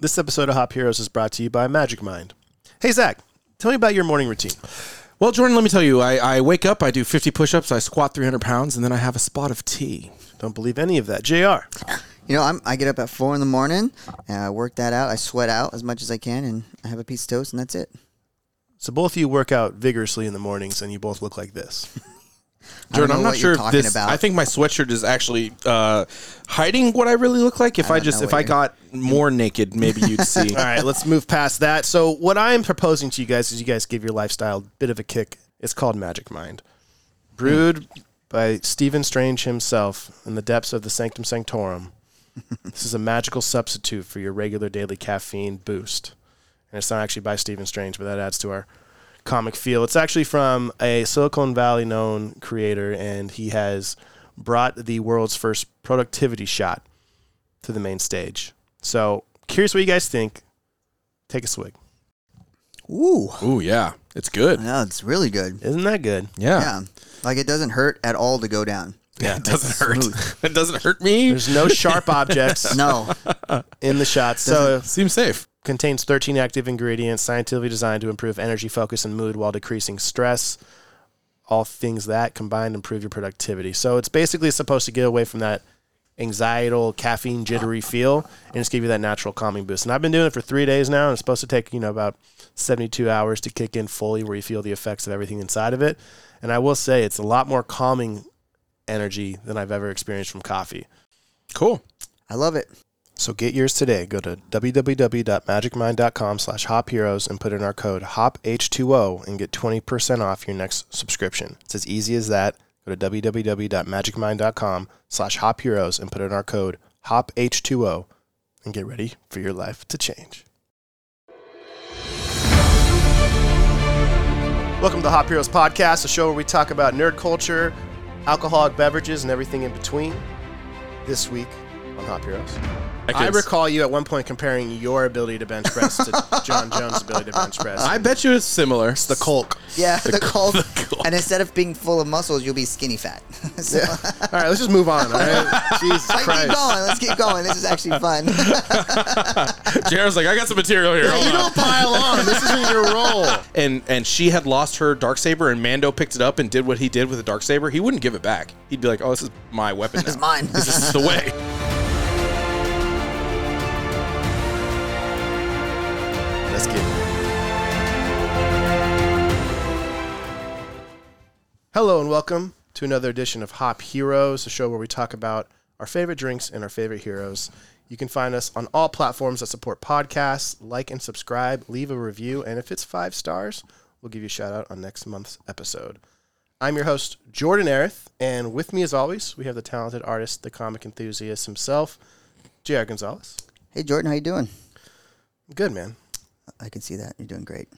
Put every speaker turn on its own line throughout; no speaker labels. This episode of Hop Heroes is brought to you by Magic Mind. Hey, Zach, tell me about your morning routine.
Well, Jordan, let me tell you, I, I wake up, I do 50 push ups, I squat 300 pounds, and then I have a spot of tea.
Don't believe any of that. JR,
You know, I'm, I get up at four in the morning, and I work that out. I sweat out as much as I can, and I have a piece of toast, and that's it.
so both of you work out vigorously in the mornings and you both look like this.
I don't
Jordan,
know
I'm not
what
sure
you're
if
talking
this.
about.
I think my sweatshirt is actually uh, hiding what I really look like. If I,
don't
just
know
if
what
I
you're-
got more naked, maybe you'd see.
All right, let's move past that. So, what I'm proposing to you guys is you guys give your lifestyle a bit of a kick. It's called Magic Mind, brewed by Stephen Strange himself in the depths of the Sanctum Sanctorum. this is a magical substitute for your regular daily caffeine boost. And it's not actually by Stephen Strange, but that adds to our comic feel. It's actually from a Silicon Valley known creator, and he has brought the world's first productivity shot to the main stage. So, curious what you guys think. Take a swig.
Ooh,
Ooh, yeah, it's good.
no, it's really good.
Isn't that good?
Yeah,
Yeah, like it doesn't hurt at all to go down.
it doesn't hurt. it doesn't hurt me.
There's no sharp objects
No,
in the shot. So, it
Seems safe.
contains 13 active ingredients scientifically designed to improve energy, focus, and mood while decreasing stress. All things that combined improve your productivity. So, it's basically supposed to get away from that anxietal, caffeine jittery feel and just give you that natural calming boost. And I've been doing it for three days now, and it's supposed to take, you know, about 72 hours to kick in fully where you feel the effects of everything inside of it. And I will say it's a lot more calming energy than I've ever experienced from coffee.
Cool.
I love it.
So get yours today. Go to www.magicmind.com slash hopheroes and put in our code HOPH20 and get 20% off your next subscription. It's as easy as that. Go to www.magicmind.com slash hopheroes and put in our code HOPH20 and get ready for your life to change. Welcome to Hop Heroes Podcast, a show where we talk about nerd culture, alcoholic beverages, and everything in between. This week on Hop Heroes. I recall you at one point comparing your ability to bench press to John Jones' ability to bench press.
I bet you it's similar.
it's the Colk.
Yeah, the, cold.
cold.
And instead of being full of muscles, you'll be skinny fat. so,
All right, let's just move on. All right, Jesus
like, keep
Christ.
going. Let's keep going. This is actually fun.
Jared's like, I got some material here. Hold
You
on."
don't pile on. This isn't your role.
and and she had lost her dark saber and Mando picked it up and did what he did with the dark saber, he wouldn't give it back. He'd be like, "Oh, this is my weapon.
It's
now.
mine.
this is the way."
Let's get. Hello and welcome to another edition of Hop Heroes, a show where we talk about our favorite drinks and our favorite heroes. You can find us on all platforms that support podcasts. Like and subscribe, leave a review, and if it's five stars, we'll give you a shout out on next month's episode. I'm your host, Jordan Arith, and with me, as always, we have the talented artist, the comic enthusiast himself, J.R. Gonzalez.
hey, Jordan, how you doing?
Good, man.
I can see that you're doing great.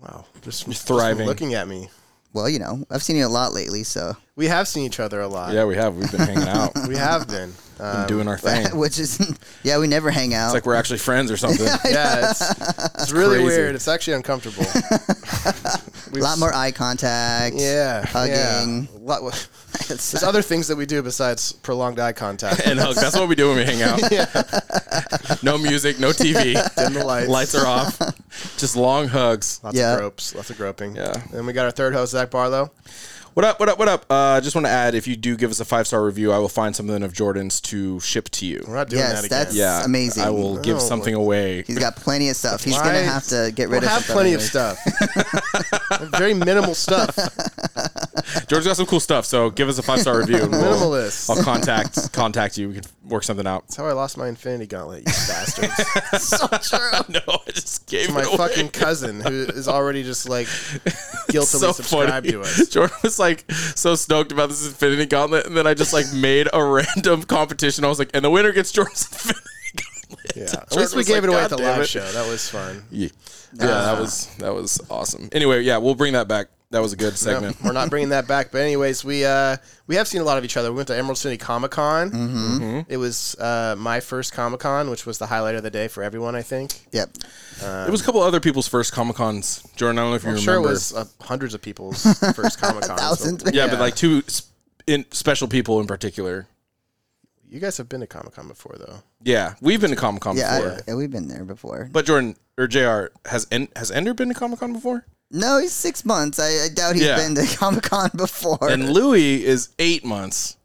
Wow. Just, just
thriving.
looking at me.
Well, you know, I've seen you a lot lately, so
We have seen each other a lot.
Yeah, we have. We've been hanging out,
We have been. Uh,
and doing our thing. It's
which is yeah, we never hang out.
like we're actually friends or something.
yeah, it's, it's really
crazy.
weird. It's actually uncomfortable.
a lot more eye contact.
Yeah.
Hugging.
Yeah. Lot-
It's-
There's other things that we do besides prolonged eye contact.
And hugs. That's what we do when we hang out. No music, no TV.
Dim the lights.
Lights are off. Just long hugs.
Lots
Yeah.
of gropes. Lots of groping.
Yeah.
Then we got our third host, Zach Barlow.
What up? What up? What up? Uh, just want to add, if you do give us a five star review, I will find something of Jordan's to ship to you.
We're not doing
yes,
that again.
that's
Yeah,
amazing.
I will give
No.
something away.
He's got plenty of stuff. He's
Why-
gonna have to get rid
we'll
of.
have
some
plenty of
later.
stuff. Very minimal stuff.
George's got some cool stuff, so give us a five star review. and we'll-
Minimalist.
I'll contact contact you. We can work something out.
That's how I lost my Infinity Gauntlet, you bastards.
so true.
No, I just gave
My
it away.
fucking cousin, who is already just like guiltily
so
subscribed
funny.
to us.
Jordan was like so stoked about this Infinity Gauntlet, and then I just like made a random competition. I was like, and the winner gets Jordan's Infinity Gauntlet.
Yeah.
Jordan
At least we
was
gave
like,
it away at
"God
the
damn
live
it."
show. That was fun.
Yeah, yeah, that was that was awesome. Anyway, yeah, we'll bring that back. That was a good segment.
We're not bringing that back. But anyways, we uh, we have seen a lot of each other. We went to Emerald City Comic Con.
Mm-hmm.
It was uh, my first Comic Con, which was the highlight of the day for everyone. I think.
Yep.
it was a couple other people's first Comic Cons. Jordan, I don't know if you
I'm
remember.
sure it was uh, hundreds of people's first Comic Con.
Thousands.
yeah,
Yeah.
but like two sp- in, special people in particular.
You guys have been to Comic Con before, though.
Yeah, we've been to Comic Con
Yeah, I-
before.
yeah, we've been there before.
But Jordan or Jr. has En- has Ender been to Comic Con before?
No, he's six months. I, I doubt he's
Yeah.
been to Comic Con before.
And Louis is eight months,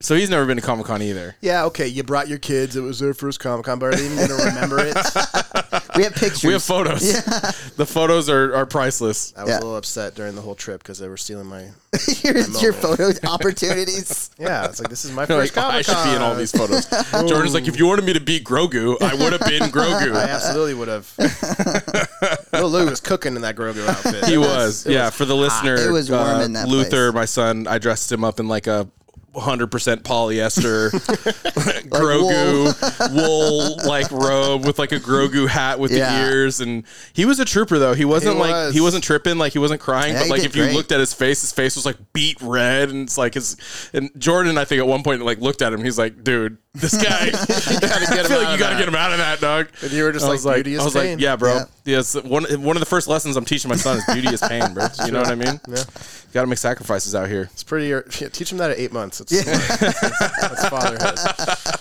so he's never been to Comic Con either.
Yeah, okay. You brought your kids. It was their first Comic Con, but are they even going to remember it?
we have pictures.
We have photos. the photos are, are priceless.
I was
Yeah.
a little upset during the whole trip because they were stealing my.
Here's your
moment.
photo opportunities.
Yeah, it's like this is my
They're
first
like, "Oh, I
Comic Con.
should be in all these photos. Jordan's like, if you wanted me to be Grogu, I would have been
I
Grogu.
absolutely would have. Little Lou was cooking in that Grogu outfit.
He was.
It
yeah, for the listener, uh,
It was warm in that
Luther,
place.
my son, I dressed him up in like a 100% polyester Grogu wool. like robe with like a Grogu hat with
Yeah.
the ears and he was a trooper though. He wasn't
He
like
was.
he wasn't tripping like he wasn't crying
Yeah,
but
he
like
did
if you
great.
looked at his face his face was like beat red and it's like his and Jordan I think at one point like looked at him he's like dude this guy I
him
feel
out
like you
of
got to
that.
get him out of that dog.
And you were just
I
like,
was like,
"Beauty is
I was
pain."
like, yeah, bro.
Yeah.
Yes, one one of the first lessons I'm teaching my son is beauty is pain, bro. You know what I mean? Yeah. Got to make sacrifices out here.
It's pretty. Yeah, teach him that at eight months. It's that's fatherhood.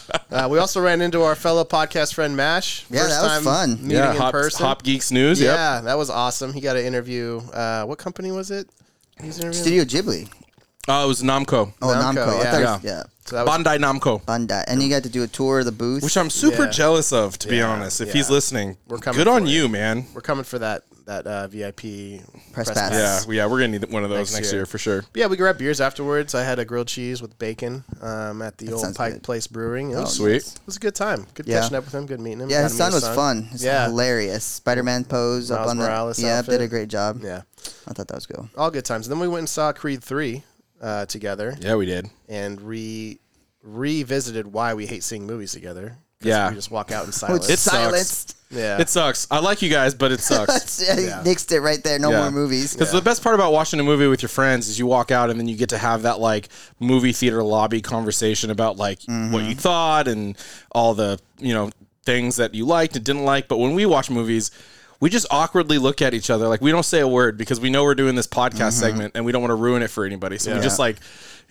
Uh, we also ran into our fellow podcast friend Mash.
Yeah, that was fun.
Meeting
Yeah,
in
hop,
person.
hop geeks news. Yeah.
Yeah, that was awesome. He got to interview. Uh, what company was it? He was interviewing.
Studio Ghibli.
Oh, it was Namco,
Oh,
Namco,
Namco. I
yeah.
thought it
Yeah.
was, yeah.
So that was-
Bandai Namco,
Bandai. And you got to do a tour of the booth.
which I'm super
Yeah.
jealous of, to be
Yeah,
honest. If
yeah.
he's listening,
We're coming
good
for
on
it.
you, man.
we're coming for that that uh, VIP
Press pass.
Yeah, yeah, we're gonna need one of those
Next
next,
year.
year. for sure.
But yeah, we grabbed beers afterwards. I had a grilled cheese with bacon um, at the old
sounds
Pike
good.
Place Brewing. It was,
Sweet.
it was a good time. Good
Yeah.
catching up with him. Good meeting him.
Oh, yeah,
Got
his
him
son
new
was fun. His
Yeah.
hilarious. Spider Man pose up
Miles
on
Morales
the. Yeah,
outfit.
did a great job.
Yeah,
I thought that was cool.
all good times. And then we went and saw Creed three uh, together
Yeah, we did.
and re revisited why we hate seeing movies together. 'Cause
Yeah.
we just walk out in silence.
It sucks.
Oh, silenced.
yeah,
It sucks. I like you guys, but it sucks.
That's- yeah,
Yeah.
He nixed it right there. No
Yeah.
more movies.
Because the best part about watching a movie with your friends is you walk out and then you get to have that like movie theater lobby conversation about like what you thought and all the you know things that you liked and didn't like. But when we watch movies, we just awkwardly look at each other like we don't say a word because we know we're doing this podcast segment and we don't want to ruin it for anybody. So we just like.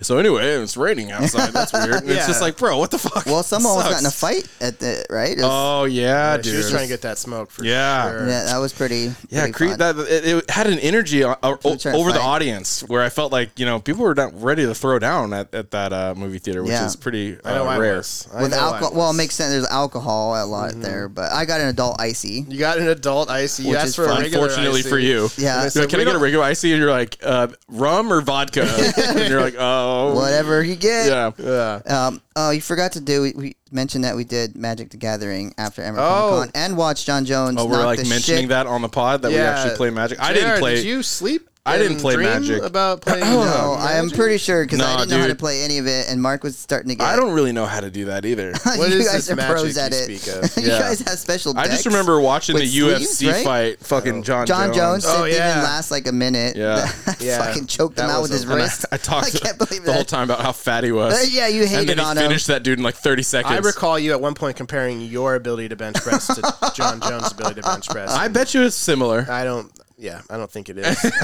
So anyway, it's raining outside. That's weird. And It's just like, bro, what the fuck?
Well, someone almost
Sucks.
got in a fight at the right. It was-
Oh yeah, dude.
she was trying to get that smoke for
Yeah.
sure.
yeah, that was pretty.
Oh. Yeah,
pretty
Creed.
fun.
That it, it had an energy o- o-
were trying to
over the
fight.
audience where I felt like you know people were not ready to throw down at, at that uh, movie theater, which
Yeah.
is pretty uh,
I know I
rare.
was. I
with
know I
alcohol. Well, it
was.
makes sense. There's alcohol a lot
Mm-hmm.
there, but I got an adult icy.
you got an adult icy. You
Which
asked
is
for a
fine.
regular
Unfortunately
icy.
for you,
Yeah.
You're like,
So
can I
we
get a
don't-
regular icy? And you're like, uh, rum or vodka? and you're like, oh,
Whatever you get.
Yeah,
Yeah.
Um, oh, you forgot to do. We, we mentioned that we did Magic the Gathering after Emerald
Oh.
Comic Con and watched John Jones.
Oh, we're
knock
like
the
mentioning
shit.
that on the pod that we
Yeah.
actually play Magic. I
Jared,
didn't play.
Did you sleep?
I didn't
and
play
dream
Magic.
About playing.
No, I am pretty sure because I
Oh, Nah,
didn't know how to
dude.
play any of it, and Mark was starting to get.
I don't really know how to do that either.
What
you
is
guys
this
are pros
magic
at
you
it.
speak of?
you
Yeah.
guys have special.
I
Decks.
just remember watching
with
the
sleeves,
UFC
right?
fight, fucking John,
John Jones
Oh,
didn't
yeah.
even last like a minute.
Yeah.
I
Yeah.
fucking choked him
That
out
was
with his
a-
And I,
wrist.
I talked
can't believe
the whole
that.
time about how fat he
Uh,
was.
yeah, you
and
hated
then he
on him.
finished that dude in like 30 seconds.
I recall you at one point comparing your ability to bench press to John Jones' ability to bench press.
I bet you it's similar.
I don't. Yeah, I don't think it is.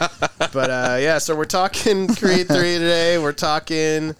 Uh, but uh, yeah, so we're talking Creed Three today. We're talking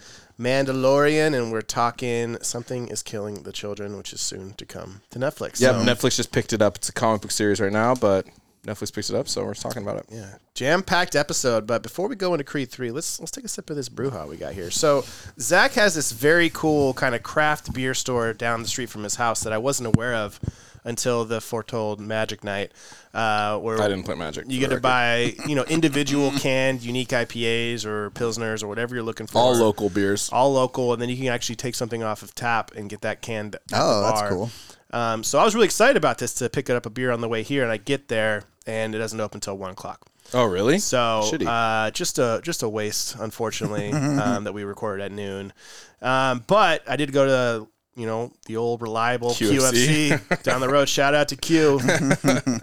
Mandalorian, and we're talking something is killing the children, which is soon to come to Netflix.
Yeah,
So,
Netflix just picked it up. It's a comic book series right now, but Netflix picks it up, so we're talking about it.
Yeah, jam-packed episode. But before we go into Creed Three, let's let's take a sip of this brewha we got here. So Zach has this very cool kind of craft beer store down the street from his house that I wasn't aware of until the foretold Magic Night, uh, where
I didn't play Magic.
You
for
get to
the record.
buy, you know, individual canned, unique IPAs or pilsners or whatever you're looking for.
all local beers.
all local, and then you can actually take something off of tap and get that canned. At
Oh,
the
that's
bar.
cool.
Um, so I was really excited about this to pick it up a beer on the way here, and I get there and it doesn't open until one o'clock.
Oh, really?
So
Shitty.
uh, just a just a waste, unfortunately, um, that we recorded at noon. Um, but I did go to you know, the old reliable
QFC.
QFC, down the road. Shout out to Q.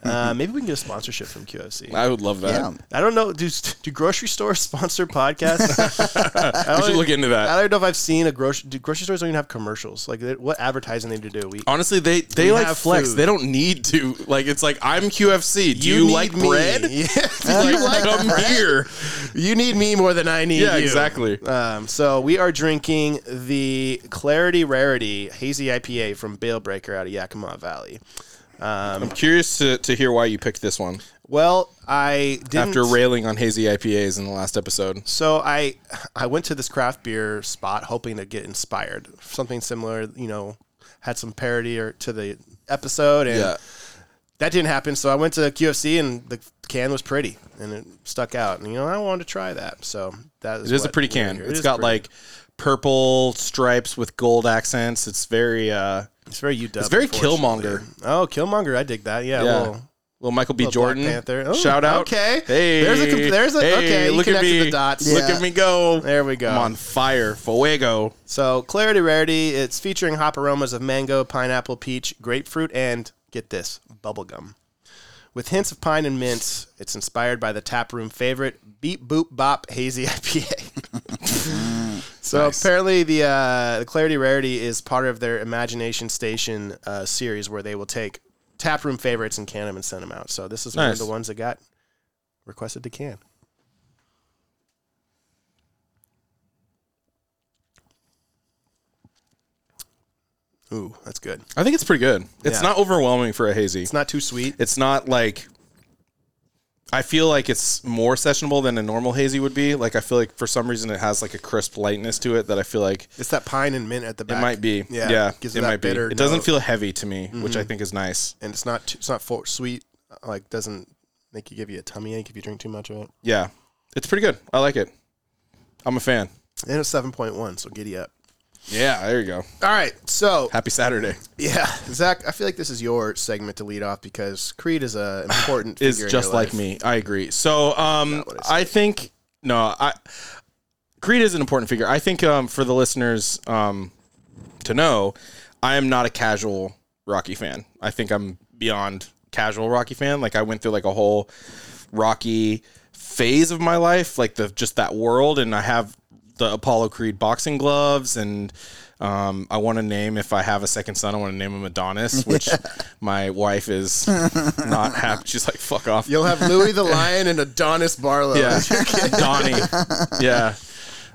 uh, maybe we can get a sponsorship from QFC.
I would love that.
Yeah.
I don't know. Do do grocery stores sponsor podcasts? I,
We should
don't,
look into that.
I don't know if I've seen a grocery. Do grocery stores don't even have commercials? Like, they, what advertising they need to do? We
Honestly, they they
We
like
have
flex.
food.
They don't need to. Like it's like I'm QFC. Do you,
need
like
me.
bread?
Yeah.
Do you like come here?
you need me more than I need
Yeah,
you.
exactly.
Um, so we are drinking the Clarity Rarity Hazy IPA from Bale Breaker out of Yakima Valley.
I'm curious to, to hear why you picked this one
Well, I didn't.
after railing on hazy IPAs in the last episode.
So I I went to this craft beer spot hoping to get inspired. Something similar, you know, had some parody or to the episode and
Yeah.
that didn't happen. So I went to QFC and the can was pretty and it stuck out. And you know, I wanted to try that. So that is
It is a
what
pretty
we're doing
can.
here.
It has
is
got
pretty.
like purple stripes with gold accents. It's very uh
it's very UW.
it's very
unfortunately.
Killmonger.
Oh, Killmonger, I dig that. Yeah.
Yeah.
Well,
Well, Michael B.
Black
Jordan.
Panther. Oh,
Shout out.
okay.
Hey.
There's a com- there's a-
hey,
okay, you
Look at
connected
me.
the dots.
Look
Yeah.
at me go.
there we go.
I'm on fire. Fuego.
So clarity rarity, it's featuring hop aromas of mango, pineapple, peach, grapefruit, and get this, bubblegum. With hints of pine and mints, it's inspired by the taproom favorite Beep Boop Bop Hazy IPA. so apparently, the uh, the Clarity Rarity is part of their Imagination Station uh, series, where they will take taproom favorites and can them and send them out. So this is one
Nice.
of the ones that got requested to can. Ooh, that's good.
I think it's pretty good. It's
Yeah.
not overwhelming for a hazy.
It's not too sweet.
It's not like I feel like it's more sessionable than a normal hazy would be. Like I feel like for some reason it has like a crisp lightness to it that I feel like
It's that pine and mint at the back.
it might be.
Yeah,
Yeah,
gives
it,
it that
might be. It
bitter
doesn't
note. Mm-hmm.
feel heavy to me, which I think is nice.
and it's not too, it's not for sweet. uh, Like doesn't make you give you a tummy ache if you drink too much of it.
Yeah, it's pretty good. I like it. I'm a fan.
And it's seven point one, so giddy up.
Yeah, there you go.
All right, so
Happy Saturday.
yeah, Zach, I feel like this is your segment to lead off because Creed is a important.
is
figure in
just
your
like
life.
me. I agree. So um,
what I
I, think no, I Creed is an important figure. I think um, for the listeners um, to know, I am not a casual Rocky fan. I think I'm beyond casual Rocky fan. Like I went through like a whole Rocky phase of my life, like the just that world, and I have the Apollo Creed boxing gloves and. Um, I want to name if I have a second son. I want to name him Adonis, which my wife is not happy. She's like, "Fuck off."
You'll have Louis the Lion and Adonis Barlow.
Yeah, Donnie. Yeah.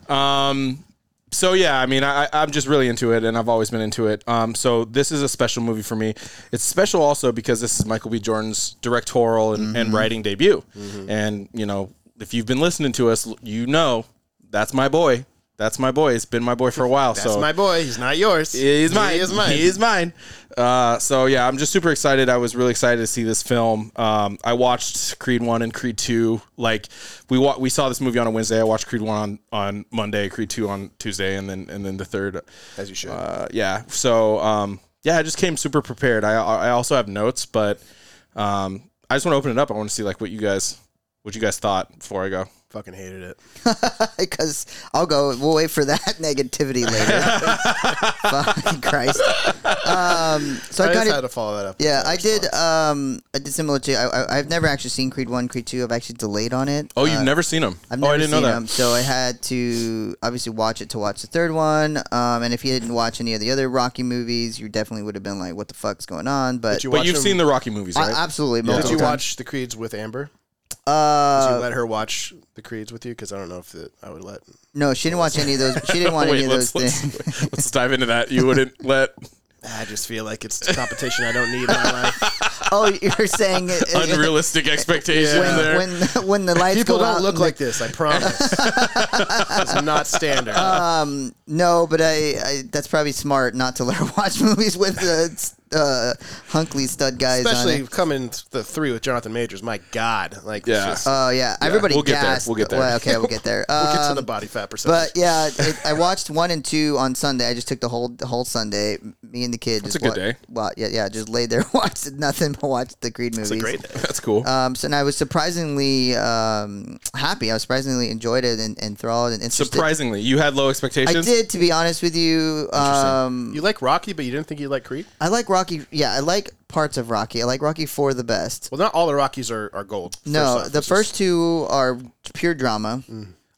Um. So yeah, I mean, I, I- I'm just really into it, and I've always been into it. Um. So this is a special movie for me. It's special also because this is Michael B. Jordan's directorial and,
Mm-hmm.
and writing debut, and you know, if you've been listening to us, you know that's my boy. That's my boy. It's been my boy for a while.
That's
so
my boy. He's not yours.
He's mine.
He is mine.
He is mine. Uh, so yeah, I'm just super excited. I was really excited to see this film. Um, I watched Creed one and Creed two. Like we wa- we saw this movie on a Wednesday. I watched Creed one on, on Monday, Creed two on Tuesday, and then and then the third.
As you should.
Uh, yeah. So um, yeah, I just came super prepared. I I also have notes, but um, I just want to open it up. I want to see like what you guys what you guys thought before I go.
Fucking hated it.
Because I'll go. We'll wait for that negativity later. Fucking Christ. Um, so I
I
kind
just
of
had to follow that up. with
Yeah,
that
I
response.
did. Um, I did similar to. I, I, I've never actually seen Creed One, Creed Two. I've actually delayed on it.
Oh, you've never seen him?
Uh, I've
oh,
never
I didn't
seen
know that.
them, so I had to obviously watch it to watch the third one. Um, and if you didn't watch any of the other Rocky movies, you definitely would have been like, "What the fuck's going on?" But,
you
But you've
Watch him-
seen the Rocky movies,
I-
right?
absolutely,
Did
Did
multiple
you
times.
watch the Creeds with Amber? Did
Uh,
you let her watch the Creeds with you? Because I don't know if that I would let.
no, she didn't watch any of those. She didn't want any of those
let's,
things.
let's, let's dive into that. You wouldn't let
I just feel like it's competition I don't need in my life.
Oh, you're saying it, it-
unrealistic expectations
when,
there.
when when the lights
People
go out
don't look
and the-
like this. I promise. it's not standard.
Um, no, but I, I that's probably smart not to let her watch movies with the uh, Hunkley stud guys on
Especially
it.
coming th- the three with Jonathan Majors. My God, like it's
Yeah.
just-
Oh yeah, everybody
we'll get there.
gasped.
We'll get there.
Well, okay, we'll get there.
we'll get to
Um,
the body fat percentage.
But yeah, it, I watched one and two on Sunday. I just took the whole the whole Sunday. Me and the kid. That's
a good day.
Well, yeah, yeah, just laid there, watched nothing but watched the Creed movies.
it's a great day.
That's cool.
Um, so and I was surprisingly um, happy. I was surprisingly enjoyed it and enthralled and interested.
Surprisingly, you had low
I
expectations.
did, to be honest with you. Um,
You like Rocky, but you didn't think you like Creed.
I like Rocky. Yeah, I like parts of Rocky. I like Rocky Four the best.
Well, not all the Rockies are, are gold.
no,
first off.
the
It's just- Mm.
first two are pure drama.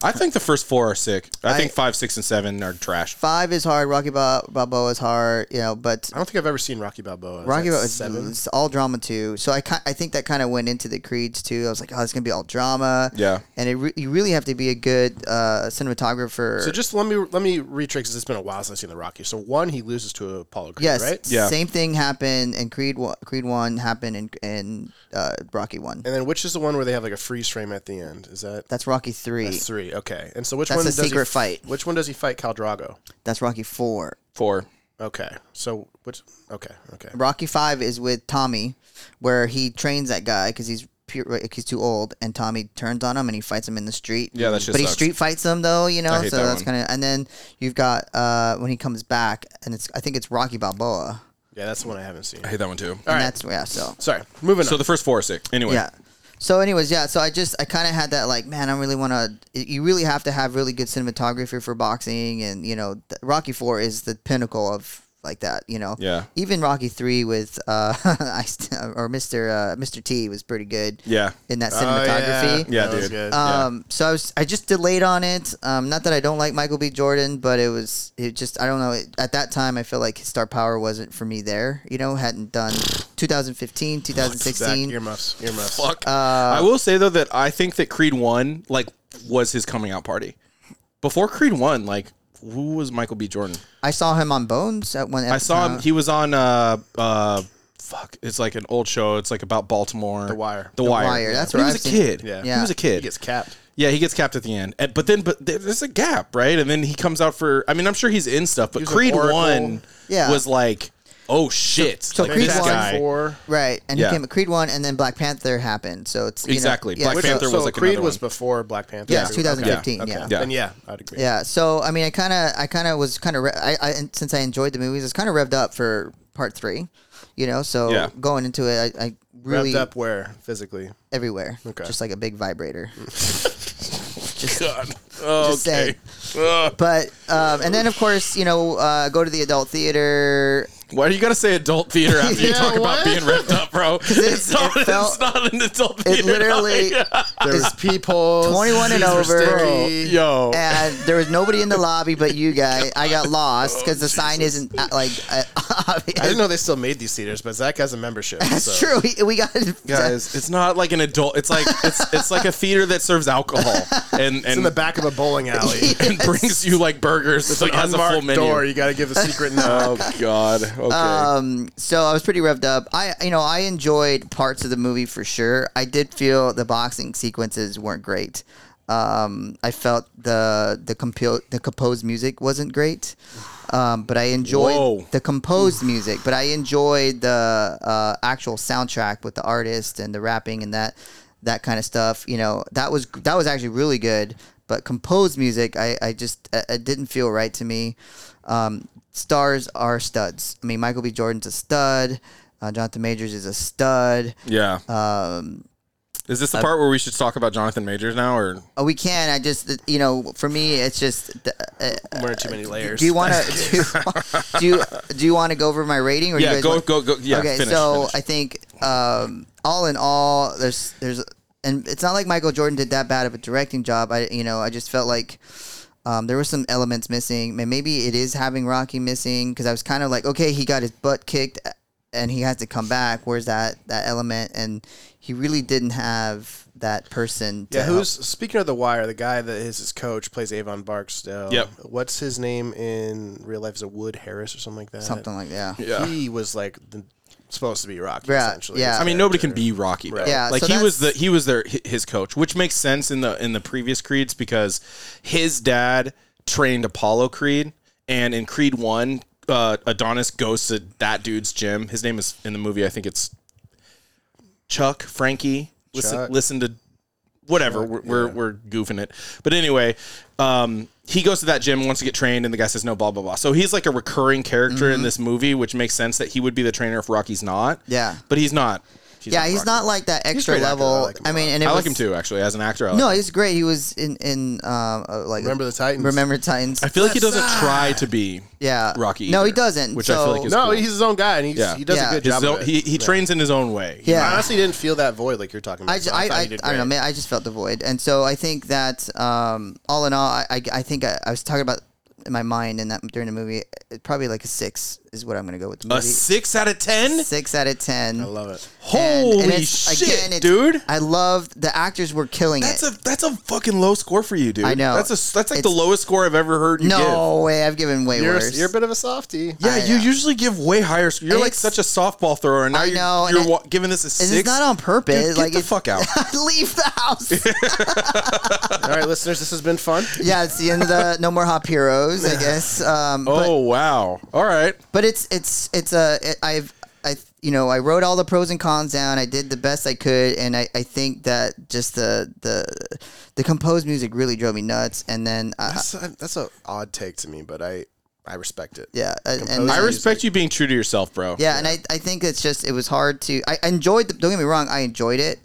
I think the first four are sick. I,
I-
think five, six, and seven are trash.
Five is hard. Rocky Bal- Balboa is hard. You know, but
I don't think I've ever seen Rocky Balboa. Is
Rocky
that
Balboa
seven.
it's all drama too. So I ki- I think that kind of went into the creeds too. I was like, oh, it's gonna be all drama.
Yeah.
And it re- you really have to be a good uh, cinematographer.
So just let me let me retrick because it's been a while since I've seen the Rocky. So one, he loses to Apollo Creed,
yes.
right?
Yeah.
Same thing happened in Creed. One, Creed One happened in in uh, Rocky One.
And then which is the one where they have like a freeze frame at the end? Is that
That's Rocky Three.
that's
That's,
three? Okay. And so which
That's
one
a
does he
secret
f-
fight.
Which one does he fight Cal Drago?
Rocky Four.
Four.
Okay. So which? Okay. Okay.
Rocky Five is with Tommy, where he trains that guy because he's pure, like, he's too old, and Tommy turns on him and he fights him in the street.
Yeah, that shit
But he
sucks.
street fights him though, you know.
hate
so
that
that's
one.
kind of. And then you've got uh, when he comes back, and it's I think it's Rocky Balboa,
Yeah, that's the one I haven't seen.
I hate that one too.
All
and
right.
that's yeah. So
Sorry. Moving
So
on.
the first four are sick. Anyway,
yeah. So, anyways, yeah. So I just I kind of had that like, man, I really want to. You really have to have really good cinematography for boxing, and you know, th- Rocky Four is the pinnacle of like that. You know.
Yeah.
Even Rocky Three with uh, I st- or Mister uh, Mister T was pretty good.
Yeah.
In that
Oh,
cinematography.
Yeah,
That was
dude.
good.
Yeah.
Um, so I was, I just delayed on it. Um, not that I don't like Michael B. Jordan, but it was, it just, I don't know. It, at that time, I feel like his star power wasn't for me there. You know, hadn't done 2015,
Zach,
2016.
earmuffs. Earmuffs.
uh,
Fuck. I will say though that I think that Creed One like was his coming out party. Before Creed One, like who was Michael B. Jordan?
I saw him on Bones at one.
I saw him. He was on uh uh fuck. It's like an old show. It's like about Baltimore. The
Wire.
The, Wire.
Wire, that's
When
where
he
I've
was a
seen-
kid.
Yeah.
He was a kid.
He gets capped.
yeah, he gets capped at the end. And, but then, but there- there's a gap, right? And then he comes out for. I mean, I'm sure he's in stuff, but
was an
Creed
oracle.
One
Yeah.
was like, oh shit,
so
like
Creed
this
One-
guy.
Four.
Right, and he
Yeah.
came Creed one, and then Black Panther happened. So it's you know-
Exactly. Black
so-
Panther
so
was like
Creed
another
was
one.
before Black Panther.
Yeah,
Okay.
2015.
Okay.
Yeah.
Yeah.
Then yeah, I'd agree.
Yeah, so I mean, I kind of, I kind of was kind of, re- I, I, and since I enjoyed the movies, I was kind of revved up for part three, you know. So
Yeah.
going into it, I, I really
Wrapped up where physically?
everywhere,
Okay. Mm.
just like a big vibrator.
God. Oh,
Just
okay. Ugh.
But um, and then of course, you know, uh, go to the adult theater.
Why do you gotta say adult theater after you
Yeah,
talk
what?
about being revved up, bro? It's
it
not,
felt-
it's not an adult theater.
It literally,
There was people.
21 and over.
yo.
Oh.
and there was nobody in the lobby but you guys. I got lost because the sign isn't uh, like uh, obvious.
Oh, I didn't know they still made these theaters, but Zach has a membership.
That's
so.
true. We, we got
guys. It's not like an adult. It's like it's it's like a theater that serves alcohol and
It's in
and,
the back of a bowling alley.
and brings you like burgers. It's like has a full
Unmarked
menu.
door. You got to give a secret Uh, note.
Oh God. Okay.
Um, so I was pretty revved up. I, you know, I enjoyed parts of the movie for sure. I did feel the boxing sequences weren't great. Um, I felt the the compo- the composed music wasn't great, um, but I enjoyed
Whoa.
the composed music. But I enjoyed the uh, actual soundtrack with the artist and the rapping and that that kind of stuff. You know, that was that was actually really good. But composed music, I, I just uh, it didn't feel right to me. Um, stars are studs. I mean, Michael B. Jordan's a stud. Uh, Jonathan Majors is a stud.
yeah. Um. Is this the part where we should talk about Jonathan Majors now, or
Oh, we can. I just, you know, for me, it's just. th- Uh,
I'm wearing too many layers.
do you want to do, do you do you want to go over my rating? Or do you
yeah?
guys
Go
want-
go go. Yeah.
okay,
finish,
so
finish.
I think um, all in all, there's there's and it's not like Michael Jordan did that bad of a directing job. I you know I just felt like um, there were some elements missing. And maybe it is having Rocky missing because I was kind of like, okay, he got his butt kicked uh, and he has to come back. Where's that that element? And he really didn't have that person. To
Yeah,
help.
who's speaking of the wire? The guy that is his coach plays Avon Barksdale.
Yep.
What's his name in real life? Is it Wood Harris or something like that?
something like that? Yeah.
Yeah.
He was like the, supposed to be Rocky.
Yeah,
Essentially.
yeah.
I mean, nobody can be Rocky. Though.
Yeah,
like
so
he was the
that's-
he was their hi- his coach, which makes sense in the in the previous creeds because his dad trained Apollo Creed, and in Creed One, uh, Adonis goes to that dude's gym. His name is in the movie. I think it's Chuck Frankie. Listen,
Chuck.
listen to whatever. we're, we're we're goofing it. But anyway, um, he goes to that gym wants to get trained, and the guy says no, blah blah blah. So he's like a recurring character
Mm-hmm.
in this movie, which makes sense that he would be the trainer if Rocky's not.
Yeah.
but he's not.
yeah, he's
Rocky.
not like that extra
great actor. I
level. I,
like him a
mean, and it
I
was-
like him too, actually, as an actor. I like
No,
him.
he's great. He was in in um uh, like
Remember the Titans.
Remember Titans.
I feel like he doesn't try to be.
yeah,
Rocky
No, he
either,
doesn't.
which I
so,
feel like is-
No,
cool.
he's his own guy, and he's,
Yeah.
he does
Yeah.
a good
His
job.
own-
of it.
he he trains in his own way. He-
Yeah.
I honestly didn't feel that void like you're talking about.
I, ju-
so
I,
thought
I,
he did
I don't know.
great.
Man, I just felt the void, and so I think that um, all in all, I, I, I think I, I was talking about in my mind and that during the movie, it, probably like a six is what I'm gonna go with. The
A
movie.
six out of ten.
six out of ten.
I love it.
Holy
it's-
shit,
it's-
dude!
I love the actors were killing
That's
it.
a that's a fucking low score for you, dude.
I know.
That's a that's like the
It's-
lowest score I've ever heard. You
no way, I've given way
You're, a-
worse.
you're a bit of a softy.
Give. Yeah,
I
you
know.
usually give way higher. sc- You're
And
like
it's-
such a softball thrower, and now
I
you're,
know, and
you're
it-
wa- giving this a
and
six.
it's not on purpose.
Dude, get
like
the
it-
fuck out.
leave the house.
All right, listeners, this has been fun.
yeah, it's the end of the No More Hop Heroes, I guess. Um, but-
oh wow! All right.
but it's it's it's a it, I've I you know I wrote all the pros and cons down. I did the best I could, and I, I think that just the the the composed music really drove me nuts. And then uh,
That's a, that's a odd take to me, but I I respect it.
yeah, uh, and
Composed
then-
I respect you being true to yourself, bro.
yeah, and I, I think it's just it was hard to I I enjoyed the, don't get me wrong I enjoyed it.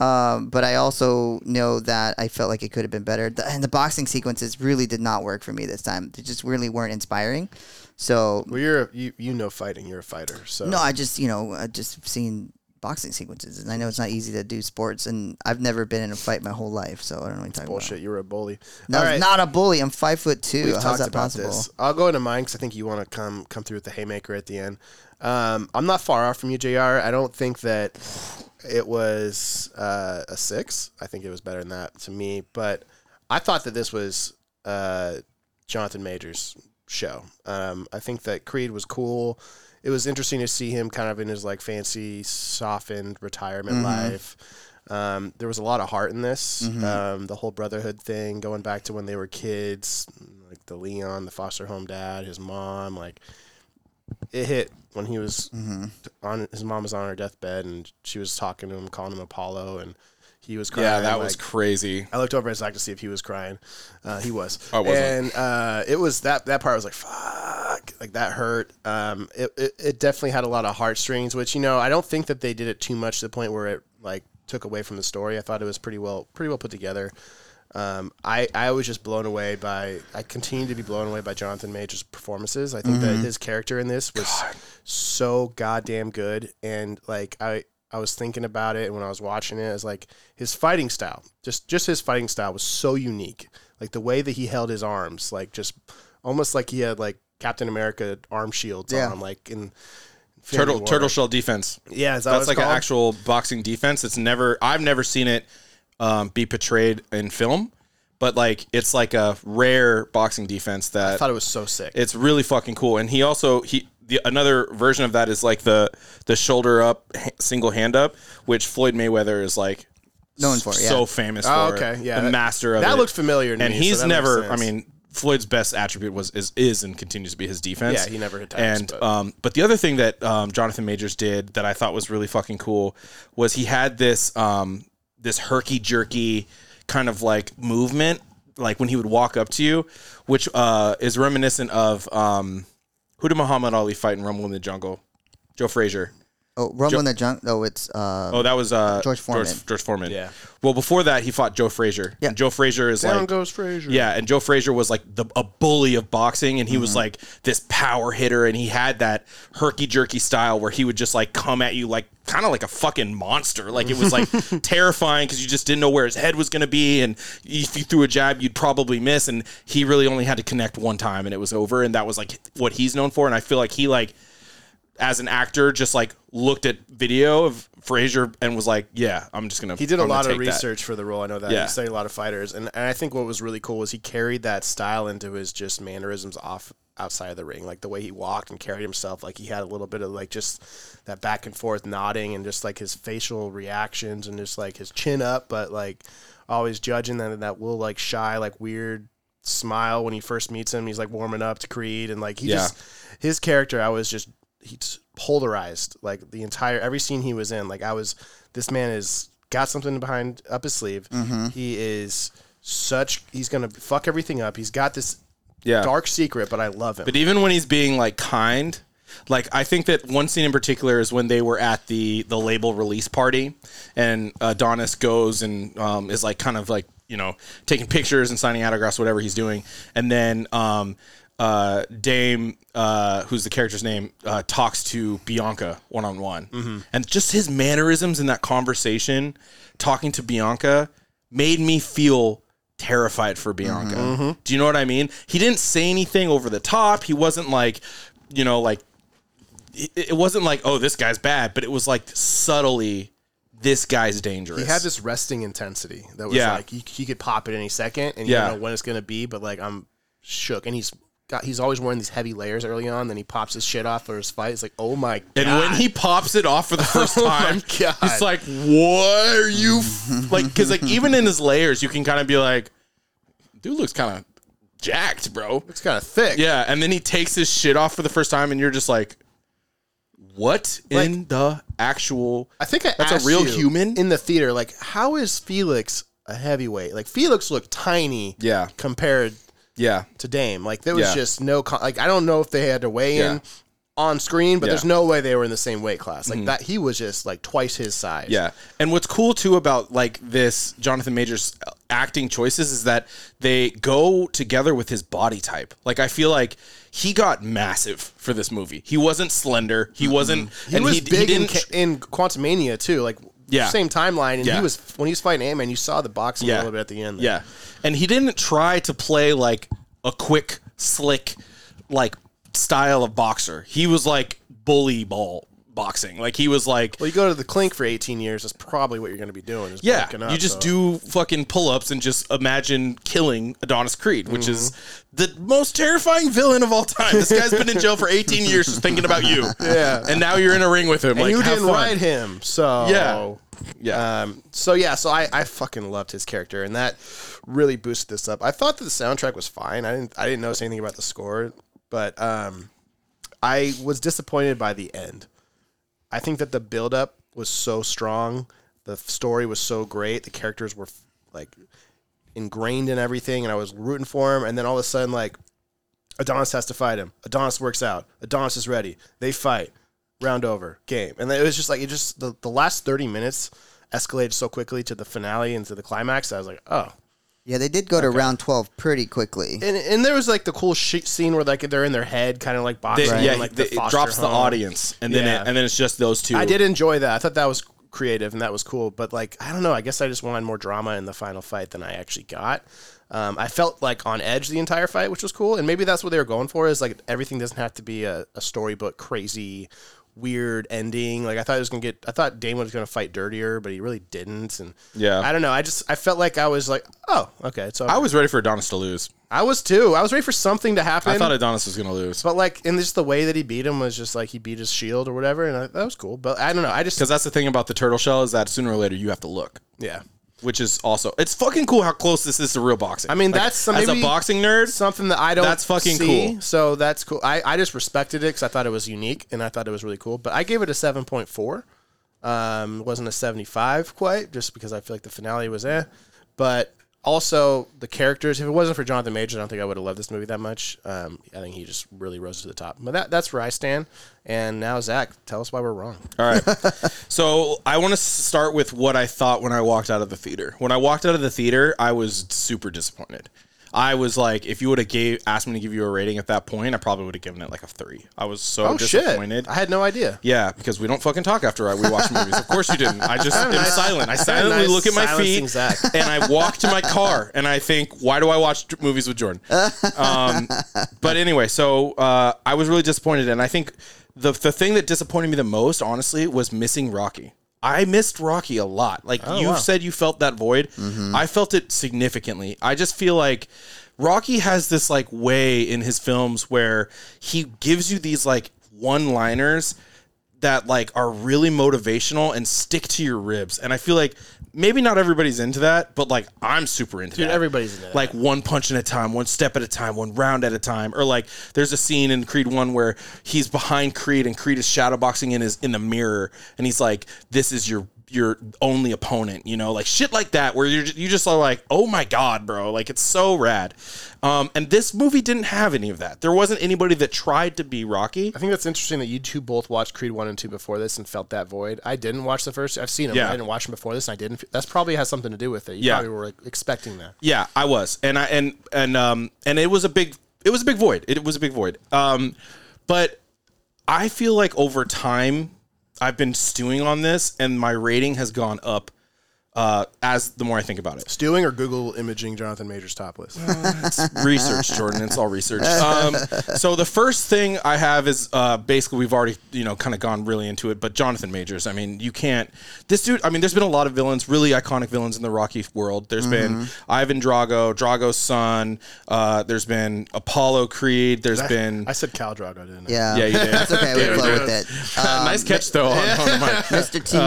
Um, but I also know that I felt like it could have been better, the, and the boxing sequences really did not work for me this time. They just really weren't inspiring. So
Well, you're a, you you know fighting. You're a fighter, so
No, I just you know I just seen boxing sequences, and I know it's not easy to do sports, and I've never been in a fight my whole life, so I don't know what you're talking
bullshit. You were a bully.
about. No,
All
I
right.
was not a bully. I'm five foot 2
We've
How's
talked
that
about
possible?
this. I'll go into mine because I think you want to come come through with the haymaker at the end. Um, I'm not far off from you, Jr. I don't think that it was uh, a six. I think it was better than that to me. But I thought that this was uh, Jonathan Majors' show. Um, I think that Creed was cool. It was interesting to see him kind of in his like fancy, softened retirement
Mm-hmm.
life. Um, there was a lot of heart in this. Um, the whole brotherhood thing, going back to when they were kids, like the Leon, the foster home dad, his mom, like it hit when he was
Mm-hmm.
on his mom was on her deathbed and she was talking to him, calling him Apollo, and he was crying.
Yeah, that was
like-
crazy.
I looked over at Zach to see if he was crying. Uh, he was.
I wasn't.
And uh, it was that that part was like fuck, like that hurt. Um, it, it it definitely had a lot of heartstrings, which you know I don't think that they did it too much to the point where it like took away from the story. I thought it was pretty well pretty well put together. Um, I, I was just blown away by I continue to be blown away by Jonathan Majors' performances. I think
Mm-hmm.
that his character in this was so goddamn good, and like I I was thinking about it when I was watching it. I was like his fighting style, just just his fighting style was so unique. Like the way that he held his arms, like just almost like he had like Captain America arm shields
Yeah.
on, like in Infinity
Turtle
War.
turtle shell defense.
Yeah, is that
that's like
like
an actual boxing defense. It's never I've never seen it um, be portrayed in film, but like it's like a rare boxing defense that
I thought it was so sick.
it's really fucking cool. And he also he the another version of that is like the the shoulder up, h- single hand up, which Floyd Mayweather is like
Known for, yeah.
so famous for.
Oh, okay, yeah,
the
that-
master of
that
it.
looked familiar to
and
me, so
he's
that makes
never. I
sense.
mean, Floyd's best attribute was is is and continues to be his defense.
Yeah, he never hit times,
And
but-
um, but the other thing that um, Jonathan Majors did that I thought was really fucking cool was he had this um this herky jerky kind of like movement. Like when he would walk up to you, which uh, is reminiscent of um, who did Muhammad Ali fight in Rumble in the Jungle? Joe Frazier.
Oh, Rumble in the Junk. No, it's uh,
Oh, that was uh,
George Foreman.
George, George Foreman.
Yeah.
Well, before that, he fought Joe Frazier.
Yeah.
And Joe Frazier is
Down
like
goes Frazier. Mm-hmm.
yeah, and Joe Frazier was like the a bully of boxing, and he was like this power hitter, and he had that herky jerky style where he would just like come at you like kind of like a fucking monster. Like it was like terrifying because you just didn't know where his head was going to be, and if you threw a jab, you'd probably miss. And he really only had to connect one time, and it was over. And that was like what he's known for. And I feel like he like as an actor just like looked at video of Frazier and was like, yeah, I'm just gonna.
He did a lot of research for the role. I know that
Yeah.
he studied a lot of fighters, and, and I think what was really cool was he carried that style into his just mannerisms off outside of the ring, like the way he walked and carried himself. Like he had a little bit of like just that back and forth nodding, and just like his facial reactions, and just like his chin up, but like always judging that that will like shy, like weird smile when he first meets him. He's like warming up to Creed, and like he
Yeah.
just his character. I was just he's polarized. Like the entire every scene he was in. Like I was this man is got something behind up his sleeve.
Mm-hmm.
He is such he's gonna fuck everything up. He's got this
Yeah.
dark secret, but I love him.
But even when he's being like kind, like I think that one scene in particular is when they were at the the label release party, and uh, Adonis goes and um, is like kind of like you know taking pictures and signing autographs, whatever he's doing, and then um, uh, Dame, uh, who's the character's name, uh, talks to Bianca one on one, and just his mannerisms in that conversation, talking to Bianca, made me feel terrified for Bianca.
Mm-hmm.
Do you know what I mean? He didn't say anything over the top. He wasn't like, you know, like it, it wasn't like, oh, this guy's bad, but it was like subtly, this guy's dangerous.
he had this resting intensity that was
Yeah.
like he, he could pop at any second, and you
Yeah.
don't know when it's gonna be. But like I'm shook, and he's got he's always wearing these heavy layers early on. Then he pops his shit off for his fight. It's like oh my god. Oh
and when he pops it off for the first time,
God.
it's like, what are you f-? like? Because like even in his layers, you can kind of be like, dude looks kind of jacked, bro.
it's kind of thick.
Yeah, and then he takes his shit off for the first time, and you're just like, what in the actual?
I think I
That's a
asked
real
you
human?
in the theater. Like, how is Felix a heavyweight? Like, Felix looked tiny.
Yeah.
compared
Yeah,
to Dame, like there was
Yeah.
just no. Con- like, I don't know if they had to weigh
Yeah.
in on screen, but
Yeah. Mm-hmm.
there's no way they were in the same weight class. Like that, he was just like twice his size.
Yeah. And what's cool too about like this Jonathan Majors acting choices is that they go together with his body type. Like I feel like he got massive for this movie. He wasn't slender. He wasn't
Mm-hmm. He
and
was
he, he
big in,
didn't
Ca- in Quantum Mania too, like
Yeah.
same timeline. And
Yeah.
he was when he was fighting Ant Man, you saw the boxing
Yeah.
a little bit at the end. there.
Yeah. And he didn't try to play like a quick, slick, like style of boxer. He was like bully ball boxing. Like he was like
Well, you go to the clink for 18 years. That's probably what you're going to be doing. Is
Yeah,
bulking up,
you just
so.
do fucking pull-ups and just imagine killing Adonis Creed, which is
Mm-hmm.
the most terrifying villain of all time. This guy's been in jail for 18 years just thinking about you.
Yeah.
and now you're in a ring with him. like,
you
have
didn't
fun.
ride him, so
Yeah. Yeah,
Um, so yeah, so I, I fucking loved his character, and that really boosted this up. I thought that the soundtrack was fine. I didn't I didn't notice anything about the score, but um, I was disappointed by the end. I think that the buildup was so strong, the f- story was so great, the characters were f- like ingrained in everything, and I was rooting for him. And then all of a sudden, like Adonis has to fight him. Adonis works out. Adonis is ready. They fight. Round over. Game. And it was just like it just the, the last thirty minutes escalated so quickly to the finale and to the climax. I was like, oh.
Yeah, they did go to round 12 pretty quickly.
And and there was like the cool sh- scene where like they're in their head, kind of like boxing.
yeah,
like
the-
the
it
foster
drops the
home.
audience, and then
Yeah.
it, and then it's just those two.
I did enjoy that. I thought that was creative and that was cool. But like, I don't know. I guess I just wanted more drama in the final fight than I actually got. Um, I felt like on edge the entire fight, which was cool. And maybe that's what they were going for is like everything doesn't have to be a, a storybook crazy weird ending. Like I thought it was gonna get I thought Damon was gonna fight dirtier, but he really didn't. And
Yeah.
I don't know. I just I felt like I was like, oh, okay. So
I
I,
was ready for Adonis to lose.
was too. I was ready for something to happen.
I thought Adonis was gonna lose
but like and just the way that he beat him was just like he beat his shield or whatever and I, that was cool. But I don't know. I just
because that's the thing about the turtle shell is that sooner or later you have to look.
yeah.
Which is also it's fucking cool how close this is to real boxing.
I mean, that's some-
as a
maybe-
boxing nerd,
something that I don't.
That's fucking
see,
cool.
So that's cool. I, I just respected it because I thought it was unique and I thought it was really cool. But I gave it a seven point four. Um, it wasn't a seventy five quite, just because I feel like the finale was eh. But also the characters. If it wasn't for Jonathan Majors, I don't think I would have loved this movie that much. Um, I think he just really rose to the top. But that that's where I stand. And now Zach, tell us why we're wrong.
All right. so I want to start with what I thought when I walked out of the theater. When I walked out of the theater, I was super disappointed. I was like, if you would have gave asked me to give you a rating at that point, I probably would have given it like a three. I was so
Oh
disappointed.
shit! I had no idea.
Yeah, because we don't fucking talk after I we watch movies. Of course you didn't. I just am silent. I silently
nice
look at my
silencing
feet
Zach.
and I walk to my car and I think, why do I watch dr- movies with Jordan? Um, but anyway, so uh, I was really disappointed, and I think the the thing that disappointed me the most, honestly, was missing Rocky. I missed Rocky a lot. Like you
wow.
said, you felt that void. I felt it significantly. I just feel like Rocky has this like way in his films where he gives you these like one liners that like are really motivational and stick to your ribs. And I feel like maybe not everybody's into that, but like I'm super into
Dude,
that.
everybody's into that.
Like one punch at a time, one step at a time, one round at a time. Or like there's a scene in Creed 1 where he's behind Creed and Creed is shadowboxing in his in the mirror and he's like this is your your only opponent, you know, like shit like that, where you're you just are like, oh my god, bro, like it's so rad. Um, and this movie didn't have any of that. There wasn't anybody that tried to be Rocky.
I think that's interesting that you two both watched Creed one and two before this and felt that void. I didn't watch the first. I've seen them.
Yeah.
I didn't watch them before this. and I didn't. That's probably has something to do with it. You
Yeah.
probably were expecting that.
Yeah, I was, and I and and um and it was a big it was a big void. It was a big void. Um, but I feel like over time I've been stewing on this, and my rating has gone up. Uh, as the more I think about it,
Stewing or Google imaging Jonathan Majors topless.
research, Jordan. It's all research. Um, so the first thing I have is uh, basically we've already you know kind of gone really into it, but Jonathan Majors. I mean, you can't. This dude. I mean, there's been a lot of villains, really iconic villains in the Rocky world. There's been
Mm-hmm.
Ivan Drago, Drago's son. Uh, there's been Apollo Creed. There's been
I said Cal Drago, didn't I?
Yeah.
yeah, you did.
That's okay. We
Yeah, you
flow
did.
with that. Um,
nice catch though. On, on the mic.
Mr. T.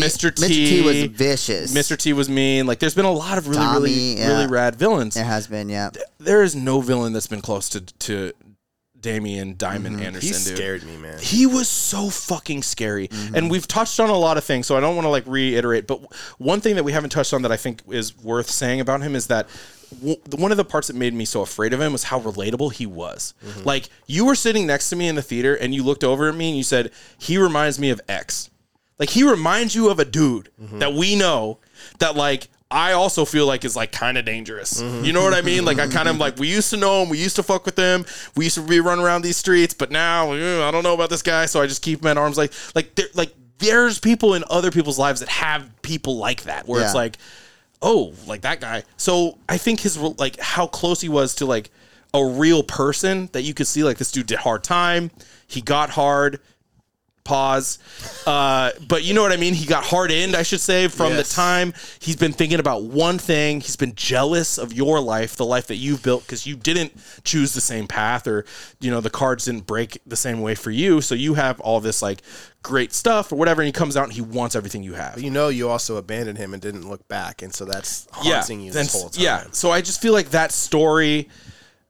Mr. T.
Mr. T was vicious.
Mr. T was mean. Like, there's been a lot of really, really,
Tommy, yeah.
really rad villains.
There has been, yeah.
There is no villain that's been close to to Damian Diamond
Mm-hmm.
Anderson.
He
dude.
scared me, man.
He was so fucking scary. And we've touched on a lot of things, so I don't want to like reiterate, but w- one thing that we haven't touched on that I think is worth saying about him is that w- the- one of the parts that made me so afraid of him was how relatable he was. Like you were sitting next to me in the theater and you looked over at me and you said, "He reminds me of X." Like he reminds you of a dude that we know that like I also feel like is like kind of dangerous. You know what I mean? Like I kind of like we used to know him, we used to fuck with him, we used to be running around these streets, but now eh, I don't know about this guy, so I just keep him at arms like like there like there's people in other people's lives that have people like that where it's
Yeah.
like oh, like that guy. So I think his like how close he was to like a real person that you could see like this dude did hard time. He got hard. Pause. Uh, but you know what I mean? He got hard end, I should say, from
Yes.
the time he's been thinking about one thing. He's been jealous of your life, the life that you've built, because you didn't choose the same path or, you know, the cards didn't break the same way for you. So you have all this like great stuff or whatever. And he comes out and he wants everything you have.
You know, you also abandoned him and didn't look back, and so that's haunting you
and
this
s-
whole time.
Yeah. So I just feel like that story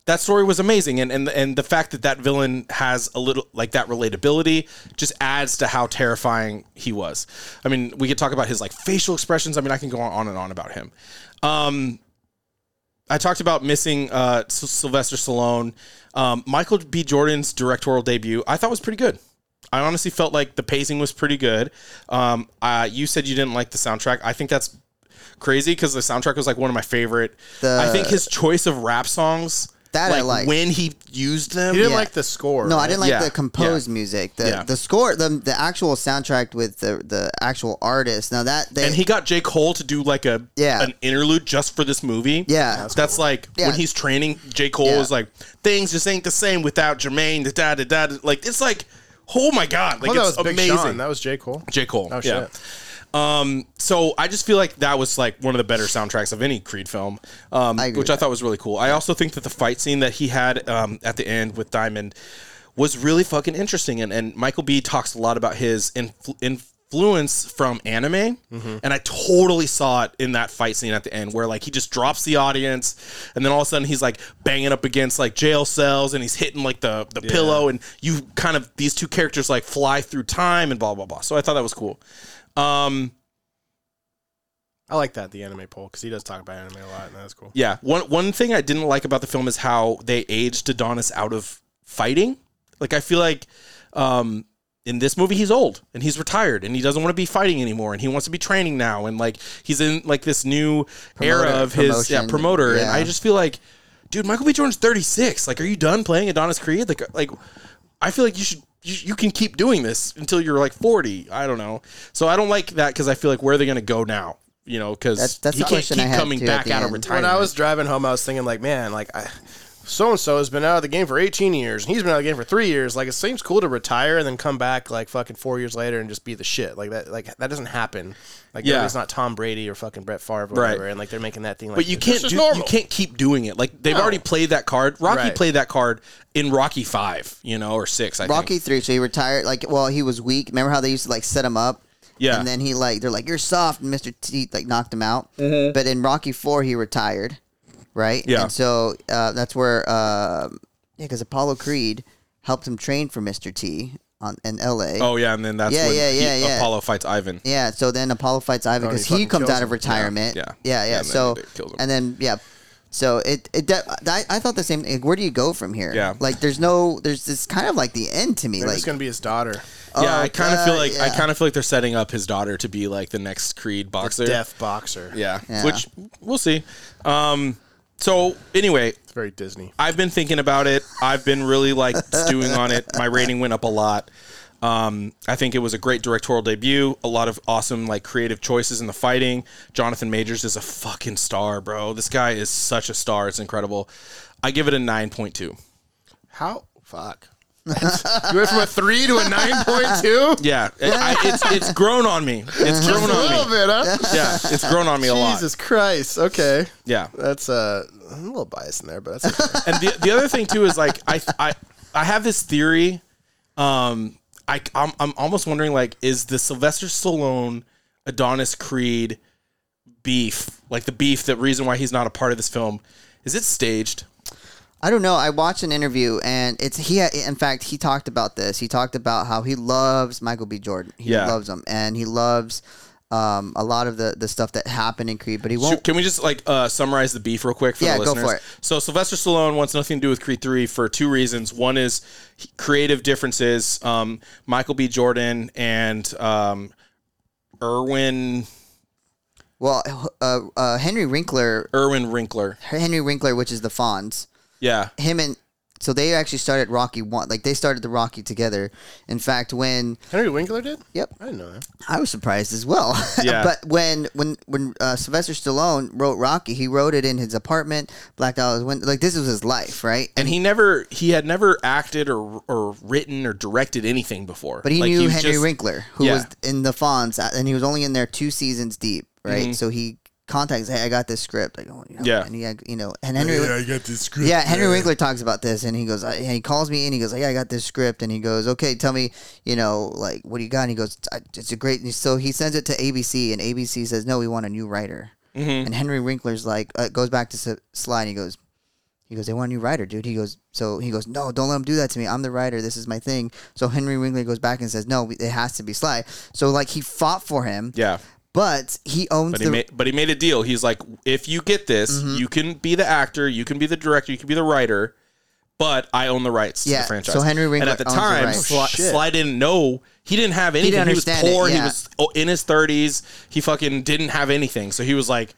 that story was amazing and and and the fact that that villain has a little like that relatability just adds to how terrifying he was. I mean, we could talk about his like facial expressions. I mean, I can go on and on about him. Um I talked about missing uh, S- Sylvester Stallone. Um, Michael B. Jordan's directorial debut, I thought was pretty good. I honestly felt like the pacing was pretty good. Um, uh, you said you didn't like the soundtrack. I think that's crazy because the soundtrack was like one of my favorite.
The-
I think his choice of rap songs
That I
like,
liked.
when he used them.
He didn't
Yeah.
like the score.
No, I
right?
didn't like
Yeah,
the composed music. The
Yeah.
the score, the the actual soundtrack with the the actual artist. Now that they,
and he got J. Cole to do like a
Yeah.
an interlude just for this movie.
Yeah.
that's,
That's
like
Yeah.
when he's training. J. Cole
Yeah.
is like things just ain't the same without Jermaine. Da da da. da. Like it's like oh my god, like
Oh, that was
it's
Big
amazing.
Sean. That was J Cole.
J. Cole.
Oh,
yeah.
shit.
Um, so I just feel like that was like one of the better soundtracks of any Creed film, um,
I agree
which
with
I
that.
thought was really cool. I also think that the fight scene that he had um, at the end with Diamond was really fucking interesting. And, and Michael B talks a lot about his influ- influence from anime,
Mm-hmm.
and I totally saw it in that fight scene at the end where like he just drops the audience, and then all of a sudden he's like banging up against like jail cells, and he's hitting like the the pillow, and you kind of these two characters like fly through time and blah blah blah. So I thought that was cool. Um,
I like that the anime poll because he does talk about anime a lot, and that's cool.
yeah. One one thing I didn't like about the film is how they aged Adonis out of fighting. Like I feel like um in this movie he's old and he's retired and he doesn't want to be fighting anymore and he wants to be training now and like he's in like this new era
Promoter-
of his yeah,
promotion,
promoter and
yeah.
I just feel like dude Michael B Jordan's 36 like are you done playing Adonis Creed like uh, like I feel like you should you, you can keep doing this until you're like 40 I don't know so I don't like that cuz I feel like where are they going to go now you know cuz
That's- that's
he
the
can't
question
keep
I had,
coming
too, at
back
the
out of
end.
retirement
When I was driving home, I was thinking like, man, like I, so and so has been out of the game for 18 years and he's been out of the game for three years. Like it seems cool to retire and then come back like fucking four years later and just be the shit. Like that, like that doesn't happen. Like
Yeah.
yeah. it's not Tom Brady or fucking Brett Favre or
Right.
whatever. And like they're making that thing. Like,
But you
this
can't
is
do, you
normal.
can't keep doing it. Like they've already played that card. Rocky
Right.
played that card in Rocky Five, you know, or six. I think.
Rocky three, so he retired. Like, well, he was weak. Remember how they used to like set him up?
Yeah.
And then he like they're like you're soft, and Mr. T like knocked him out.
Mm-hmm.
But in Rocky four, he retired, right?
Yeah.
And so uh, that's where uh, yeah, because Apollo Creed helped him train for Mr. T on in L.A.
Oh yeah, and then that's
Yeah,
when
yeah,
he-
yeah, yeah.
Apollo fights Ivan.
Yeah, so then Apollo fights Ivan
Oh, and
because
he
he
fucking
comes
kills
out of
him.
retirement.
Yeah, yeah.
yeah, yeah.
And then
so
they killed him.
and then yeah, so it it that, that- I thought the same. Like, where do you go from here?
Yeah.
like there's no there's this kind of like the end to me.
They're
like
just gonna be his daughter.
yeah,
Oh,
I kind of feel
God,
like I
yeah.
kind of feel like they're setting up his daughter to be like the next Creed boxer.
Deaf boxer.
Yeah.
Yeah.
which we'll see. Um, so anyway,
It's very Disney.
I've been thinking about it. I've been really like stewing on it. My rating went up a lot. Um, I think it was a great directorial debut. A lot of awesome like creative choices in the fighting. Jonathan Majors is a fucking star, bro. This guy is such a star. It's incredible. I give it a nine point two.
How fuck. you went from a three to a nine point two.
Yeah, it- I, it's it's grown on me. It's
Just a
grown
little
on me.
bit, huh?
Yeah, it's grown on me a lot.
Jesus Christ. Okay.
Yeah,
That's uh, I'm a little biased in there, but that's okay.
and the, the other thing too is like I I I have this theory. Um, I I'm, I'm almost wondering like is the Sylvester Stallone Adonis Creed beef like the beef the reason why he's not a part of this film is it staged?
I don't know. I watched an interview, and it's he. In fact, he talked about this. He talked about how he loves Michael B. Jordan. He
Yeah.
loves him, and he loves um, a lot of the, the stuff that happened in Creed. But he won't.
Should- Can we just like uh, summarize the beef real quick for
Yeah,
the
go for
listeners?
it.
So Sylvester Stallone wants nothing to do with Creed Three for two reasons. One is he- creative differences. Um, Michael B. Jordan and um, Irwin
Well, uh, uh, Henry Winkler,
Irwin Winkler.
Henry Winkler, which is the Fonz,
Yeah,
him and so they actually started Rocky one. Like they started the Rocky together. In fact, when
Henry Winkler did.
Yep.
I didn't know that.
I was surprised as well.
Yeah.
but when when when uh, Sylvester Stallone wrote Rocky, he wrote it in his apartment, blacked out his window. Like this was his life, right?
and he never he had never acted or or written or directed anything before.
But he
Like,
knew
was
Henry
just-
Winkler, who
Yeah.
was in the Fonz, uh, and he was only in there two seasons deep, right? So he contacts, hey, I got this script. I go, you know,
Mm-hmm. Yeah.
and he, had- you know, and Henry,
I got this script.
yeah, Henry Winkler talks about this, and he goes, I, and he calls me in, he goes, yeah, I got this script, and he goes, okay, tell me, you know, like what do you got? And he goes, "I- it's a great. and So he sends it to ABC, and ABC says, no, we want a new writer.
Mm-hmm.
And Henry Winkler's like, uh, goes back to S- Sly, and he goes, he goes, they want a new writer, dude. He goes, so he goes, no, don't let him do that to me. I'm the writer. This is my thing. So Henry Winkler goes back and says, no, we- it has to be Sly. So like he fought for him.
Yeah.
But he owns
But
the. Mm-hmm.
he, made, but he made a deal. He's like, if you get this, you can be the actor, you can be the director, you can be the writer, but I own the rights to
Yeah,
the franchise.
so Henry
and
Winkler
at the
owns the
time,
rights.
Sly, Sly didn't know he didn't have anything. He,
didn't
was
understand it,
poor. He
yeah.
was oh, in his thirties. He fucking didn't have anything. So he was like,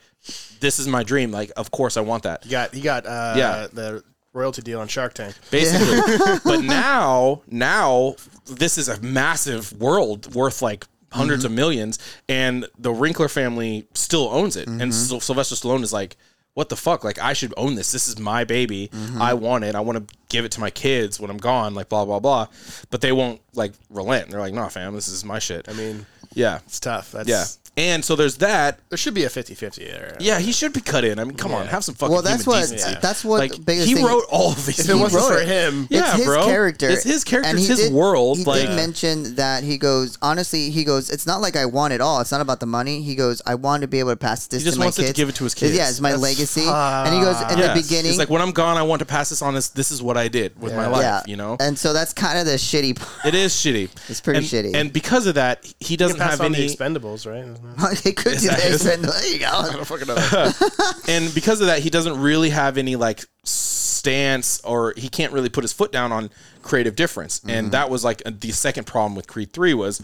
"This is my dream. Like, of course I want that."
He got he got uh,
Yeah.
the royalty deal on Shark Tank.
basically. but now, now this is a massive world worth like 100s
Mm-hmm.
of millions, and the Winkler family still owns it. And
Mm-hmm.
Syl- Sylvester Stallone is like, "What the fuck? Like, I should own this. This is my baby.
Mm-hmm.
I want it. I want to give it to my kids when I'm gone. Like, blah blah blah." But they won't like relent. They're like, "Nah, fam, this is my shit."
I mean,
yeah,
it's tough. That's,
yeah. And so there's that.
There should be a 50-50 there.
Yeah, he should be cut in. I mean, come on, have some fucking.
well, that's
human
what.
decency.
That's what.
Like,
the biggest
he
thing-
wrote all of these.
If it
things.
wasn't
wrote
for
it.
him,
Yeah.
it's his
bro.
character.
It's his character. It's
he
his world,
He
like-
did mention that he goes. Honestly, he goes. It's not like I want it all. It's not about the money. He goes. I want to be able to pass this.
He just
to my
wants it to
kids.
give it to his kids.
Yeah, it's my legacy. and he goes in
Yes.
the beginning.
It's like when I'm gone, I want to pass this on. This this is what I did with my life.
yeah,
You know,
And so that's kind of the shitty. part.
it is shitty.
It's pretty
and,
shitty.
And because of that, he doesn't
Pass
have
on
any.
the Expendables, right?
They could do that. There you go.
and because of that, he doesn't really have any like stance, or he can't really put his foot down on creative difference. And that was like the second problem with Creed Three was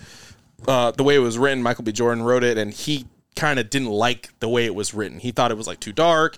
uh, the way it was written. Michael B. Jordan wrote it, and he kind of didn't like the way it was written. He thought it was like too dark.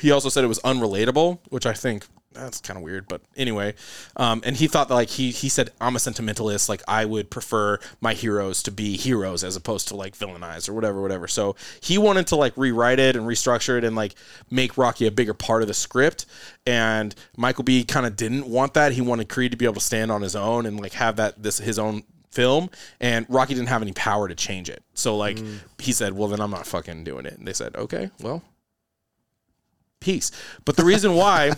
He also said it was unrelatable, which I think that's kind of weird, but anyway. Um, and he thought that like he he said I'm a sentimentalist, like I would prefer my heroes to be heroes as opposed to like villainized or whatever, whatever. So he wanted to like rewrite it and restructure it and like make Rocky a bigger part of the script. And Michael B kind of didn't want that. He wanted Creed to be able to stand on his own and like have that this his own film and Rocky didn't have any power to change it. So like he said, "Well, then I'm not fucking doing it." And they said, "Okay, well, peace." But the reason why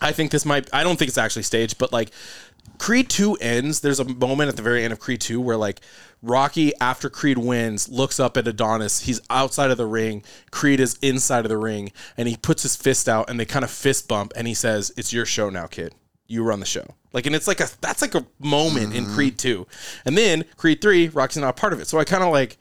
I think this might I don't think it's actually staged, but like Creed 2 ends, there's a moment at the very end of Creed 2 where like Rocky after Creed wins looks up at Adonis. He's outside of the ring. Creed is inside of the ring and he puts his fist out and they kind of fist bump and he says, "It's your show now, kid." you run the show. Like, and it's like a that's like a moment in Creed two, and then Creed three, Rocky's not a part of it. So I kind of like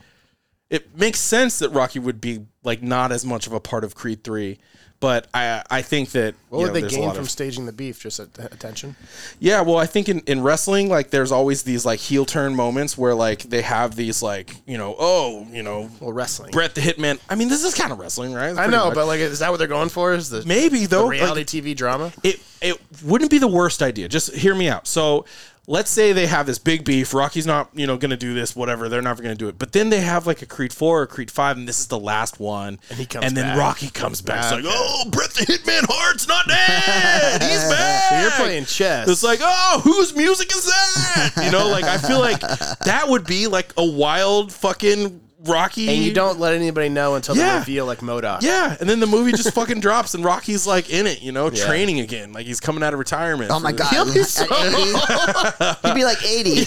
it makes sense that Rocky would be like not as much of a part of Creed three, but I I think that
What
you
would
know,
they
there's a
gain
lot
from
of-
staging the beef? Just at- attention.
yeah, well, I think in, in wrestling, like there's always these like heel turn moments where like they have these like you know oh you know
Well, wrestling.
Brett the Hitman. I mean, this is kind of wrestling, right? It's
I
pretty
know,
much-
but like, is that what they're going for? Is the
maybe though
the
like,
reality TV drama?
it it wouldn't be the worst idea. Just hear me out. So let's say they have this big beef. Rocky's not you know going to do this. Whatever, they're never going to do it. But then they have like a Creed four or Creed five, and this is the last one. And
he comes
and then
back.
Rocky comes back. It's like, oh, Brett the Hitman Hart's not dead. He's back.
So you're playing chess.
It's like, oh, whose music is that? You know, like I feel like that would be like a wild fucking Rocky.
and you don't let anybody know until
Yeah.
they reveal like Modoc.
Yeah, and then the movie just fucking drops, and Rocky's like in it, you know, training again, like he's coming out of retirement.
Oh
for
my
the-
god!
He'll be
At
so-
80? he'd be like eighty.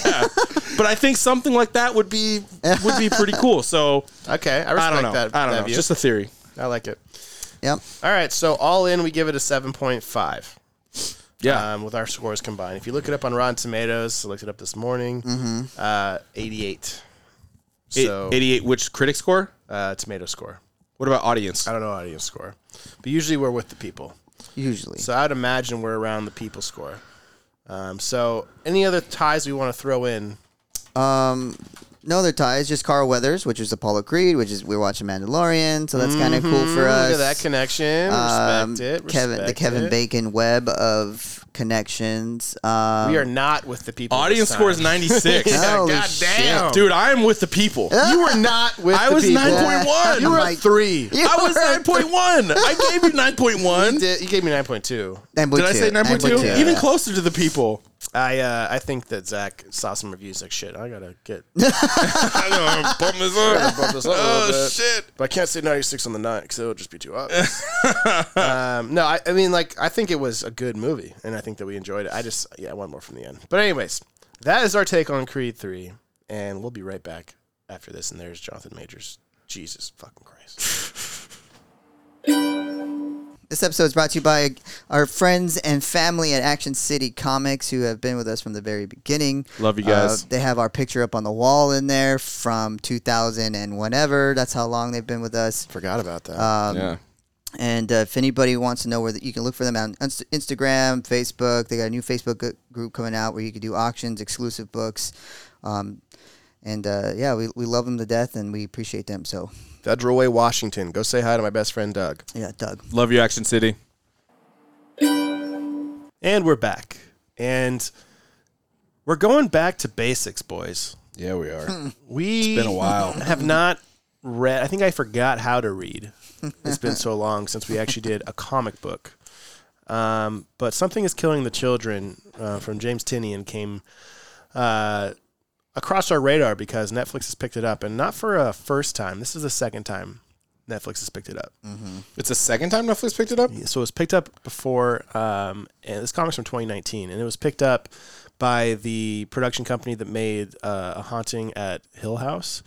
But I think something like that would be would be pretty cool. So
Okay, I respect
I don't know.
that.
I don't
that
know.
view.
Just a theory.
I like it.
Yep.
All right, so all in, we give it a seven point five.
Yeah.
um, with our scores combined. If you look it up on Rotten Tomatoes, I looked it up this morning,
Mm-hmm.
uh, 88.
Eight-
So
88 which critic score?
uh, tomato score.
What about audience?
I don't know audience score, but usually we're with the people.
Usually.
So I would imagine we're around the people score. Um, so any other ties we want to throw in?
No other ties, just Carl Weathers, which is Apollo Creed, which is we're watching Mandalorian, so that's kind of cool for
Mm-hmm.
us.
Look at that connection.
Um,
respect it.
Kevin, the
respect
Kevin
it.
Bacon web of connections. Um,
We are not with the people. this
Audience
time.
score is 96.
Yeah,
Holy
God damn.
Dude, I am with the people.
You were not with
I
the
was
people.
9.1.
You were
Like-
a three.
You
I was
were-
9.1. I gave you 9.1.
You did- you gave me 9.2.
And
Did I say 9.2? Even
yeah.
closer to the people.
I uh, I think that Zach saw some reviews like shit. I gotta get
I know, I'm bumping this up.
bump this up a little
Oh,
bit."
shit.
but I can't say ninety six on the nine because it'll just be too obvious. um, no, I, I mean like I think it was a good movie, and I think that we enjoyed it. I just yeah, I want more from the end. But anyways, that is our take on Creed three, and we'll be right back after this. And there's Jonathan Majors. Jesus fucking Christ!
This episode is brought to you by our friends and family at Action City Comics who have been with us from the very beginning. Uh,
Love you guys.
they have our picture up on the wall in there from 2000 and whenever. That's how long they've been with us.
Forgot about that.
yeah.
And uh, if anybody wants to know where the, you can look for them on Inst- Instagram, Facebook, they got a new Facebook g- group coming out where you can do auctions, exclusive books. Um, and uh, yeah, we, we love them to death and we appreciate them. So
Federal Way, Washington. Go say hi to my best friend Doug.
yeah, Doug.
Love you, Action City.
And we're back, and we're going back to basics, boys.
Yeah, we are.
We
been a while.
have not read. I think I forgot how to read. It's been so long since we actually did a comic book. Um, but something is killing the children uh, from James Tinian came uh, across our radar because Netflix has picked it up, and not for a first time. This is the second time Netflix has picked it up.
it's the second time Netflix picked it up?
So it was picked up before, um, and this comic's from 2019, and it was picked up by the production company that made uh, A Haunting at Hill House,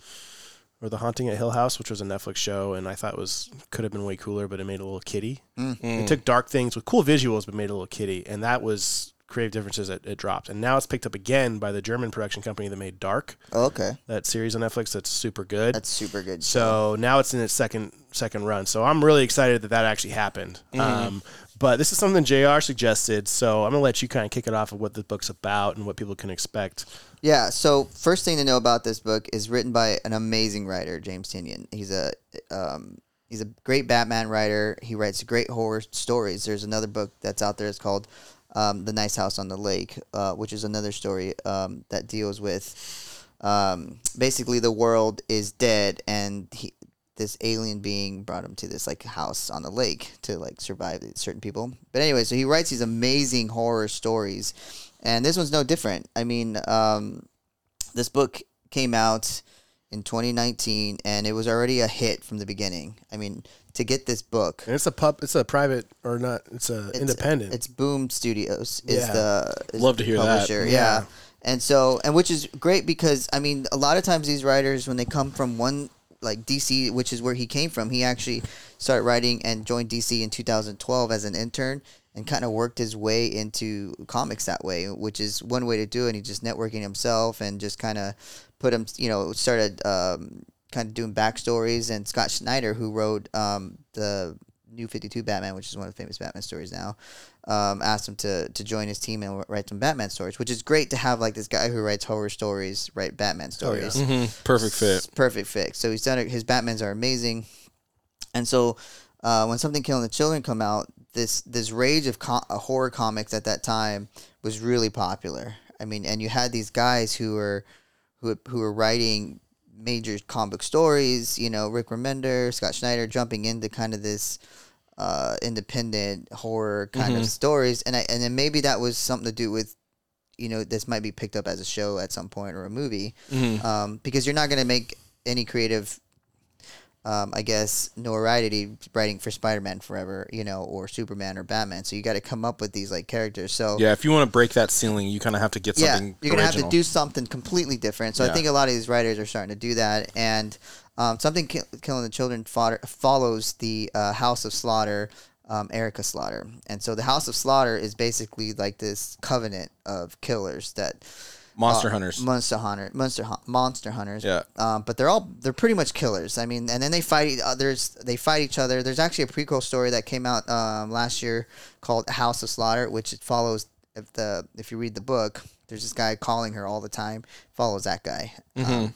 or The Haunting at Hill House, which was a Netflix show, and I thought was could have been way cooler, but it made a little kitty. It took dark things with cool visuals, but made a little kitty, and that was Creative Differences. It, it dropped, and now it's picked up again by the German production company that made Dark,
Okay.
that series on Netflix that's super good.
That's super good.
So now it's in its second second run. So I'm really excited that that actually happened.
Mm-hmm.
Um, but this is something Jr. suggested, so I'm gonna let you kind of kick it off of what the book's about and what people can expect.
Yeah. So first thing to know about this book is written by an amazing writer, James Tinian. He's a um, He's a great Batman writer. He writes great horror stories. There's another book that's out there. It's called um, "The Nice House on the Lake," uh, which is another story um, that deals with um, basically the world is dead, and he, this alien being brought him to this like house on the lake to like survive certain people. But anyway, so he writes these amazing horror stories, and this one's no different. I mean, um, this book came out in 2019, and it was already a hit from the beginning. I mean, to get this book,
And it's a pub. It's a private or not. It's a
it's-
independent.
It's Boom Studios is
Yeah.
the is
Love to
the
hear that.
publisher. Yeah.
Yeah.
and so and which is great because I mean a lot of times these writers when they come from one like DC, which is where he came from, he actually started writing and joined DC in 2012 as an intern and kind of worked his way into comics that way, which is one way to do it. He just networking himself and just kind of put him, you know, started um, kind of doing backstories. And Scott Snyder, who wrote um, the New 52 Batman, which is one of the famous Batman stories now, um, asked him to, to join his team and write some Batman stories, which is great to have like this guy who writes horror stories write Batman stories.
Mm-hmm.
Mm-hmm.
Perfect fit.
It's perfect fit. So he's done it. His Batmans are amazing, and so uh, when something killing the children come out, this this rage of co- uh, horror comics at that time was really popular. I mean, and you had these guys who were who who were writing major comic book stories. You know, Rick Remender, Scott Schneider, jumping into kind of this. Uh, independent horror kind of stories, and I, and then maybe that was something to do with you know this might be picked up as a show at some point or a movie um, because you're not going to make any creative um, i guess notoriety writing for spider-man forever you know or superman or batman so you got to come up with these like characters so
Yeah, if you want to break that ceiling, you kind of have to get
yeah,
something.
you're gonna have to
original.
do something completely different. So I
Yeah.
think a lot of these writers are starting to do that, and um, something Kill- killing the children fodder, follows the uh, House of Slaughter, um, Erica Slaughter, and so the House of Slaughter is basically like this covenant of killers that
Monster
uh,
Hunters.
monster hunter, monster hun- monster hunters.
Yeah.
Um, but they're all they're pretty much killers. I mean, and then they fight e- others. They fight each other. There's actually a prequel story that came out um, last year called House of Slaughter, which it follows if the if you read the book. There's this guy calling her all the time. Follows that guy.
Mm-hmm.
Um,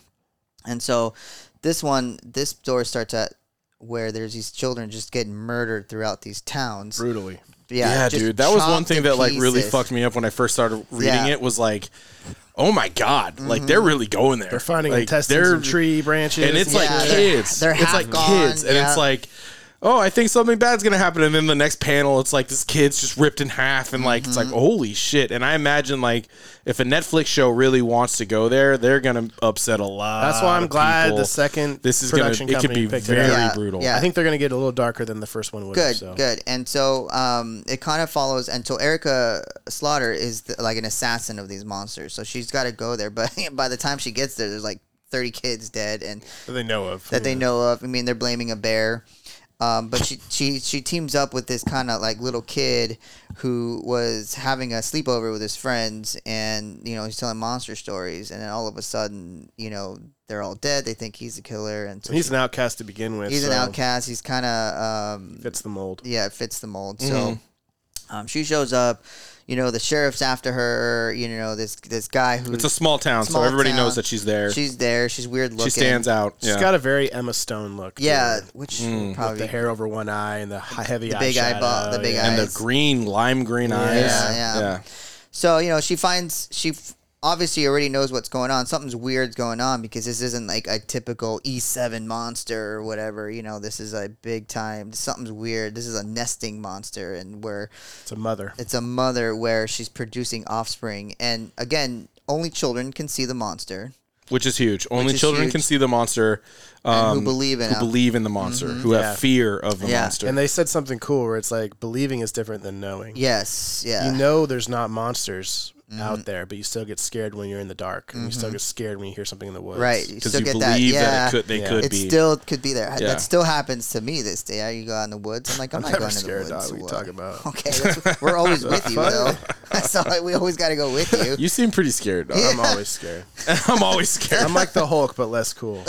and so this one, this story starts at where there's these children just getting murdered throughout these towns.
brutally.
Yeah,
yeah,
just
dude, that was one
chopped to
thing that like really
pieces.
fucked me up when I first started reading
Yeah. Mm-hmm.
it. Was like, oh my god, like they're really going there.
They're finding
like,
intestines
they're-
and tree branches.
and it's like
Yeah, they're-
kids.
they're
it's
half
like
gone,
kids, and
yeah.
it's like, oh, I think something bad's gonna happen. And then the next panel, it's like this kid's just ripped in half, and like it's like
Mm-hmm.
holy shit. And I imagine like if a Netflix show really wants to go there, they're gonna upset a lot.
That's why I'm
of
glad
people.
the second
This is gonna.
production
It could
company
be
picked
very
it up.
Yeah,
brutal.
yeah.
I think they're going to get a little darker than the first one would.
Good,
so.
good. And so um, it kind of follows. And so Erica Slaughter is the, like an assassin of these monsters. So she's got to go there. But by the time she gets there, there's like 30 kids dead and
That they know of.
that they know of. I mean, they're blaming a bear. Um, but she, she she teams up with this kind of like little kid who was having a sleepover with his friends, and you know he's telling monster stories, and then all of a sudden, you know they're all dead. They think he's the killer, and so
He's an outcast to begin with.
he's an
so
outcast. He's kind of um,
Fits the mold.
yeah, it fits the mold. So
Mm-hmm.
um, she shows up. You know, the sheriff's after her. You know, this this guy who
It's a small town,
Small
so everybody
town.
knows that she's there. She,
she's there. She's weird looking.
stands out.
She's
yeah.
got a very Emma Stone look. to
Yeah,
her.
Mm,
which would
With the
probably
hair over one eye and the hi- heavy
The big
eyeshadow,
eyeball- the big
yeah.
and
eyes.
the green, lime green eyes.
yeah. So you know, she finds she f- obviously already knows what's going on. Something's weird's going on because this isn't like a typical E7 monster or whatever. You know, this is a big time. Something's weird. This is a nesting monster, and where
It's a mother.
it's a mother where she's producing offspring, and again, only children can see the monster.
Which is huge. Only
is
children
huge.
can see the monster. Um,
who believe in
who
him.
believe in the monster, who have
Yeah.
fear of the
Yeah.
monster.
And they said something cool where it's like believing is different than knowing.
Yes, yeah. Mm-hmm.
You know, there's not monsters out there, but you still get scared when you're in the dark, and you still get scared when you hear something in the woods.
right. You
because
still
you
get
believe
that.
that,
Yeah.
it could, they
Yeah.
could
it
be.
still could be there.
Yeah.
That still happens to me this day. You go out in the woods. I'm like, I'm, not
never
going to the
scared,
woods.
dog. What are you
What?
talking about?
Okay, that's- we're always with you though. That's all. We always got to go with you.
you seem pretty scared. dog.
I'm always scared.
I'm always scared.
I'm like the Hulk, but less cool.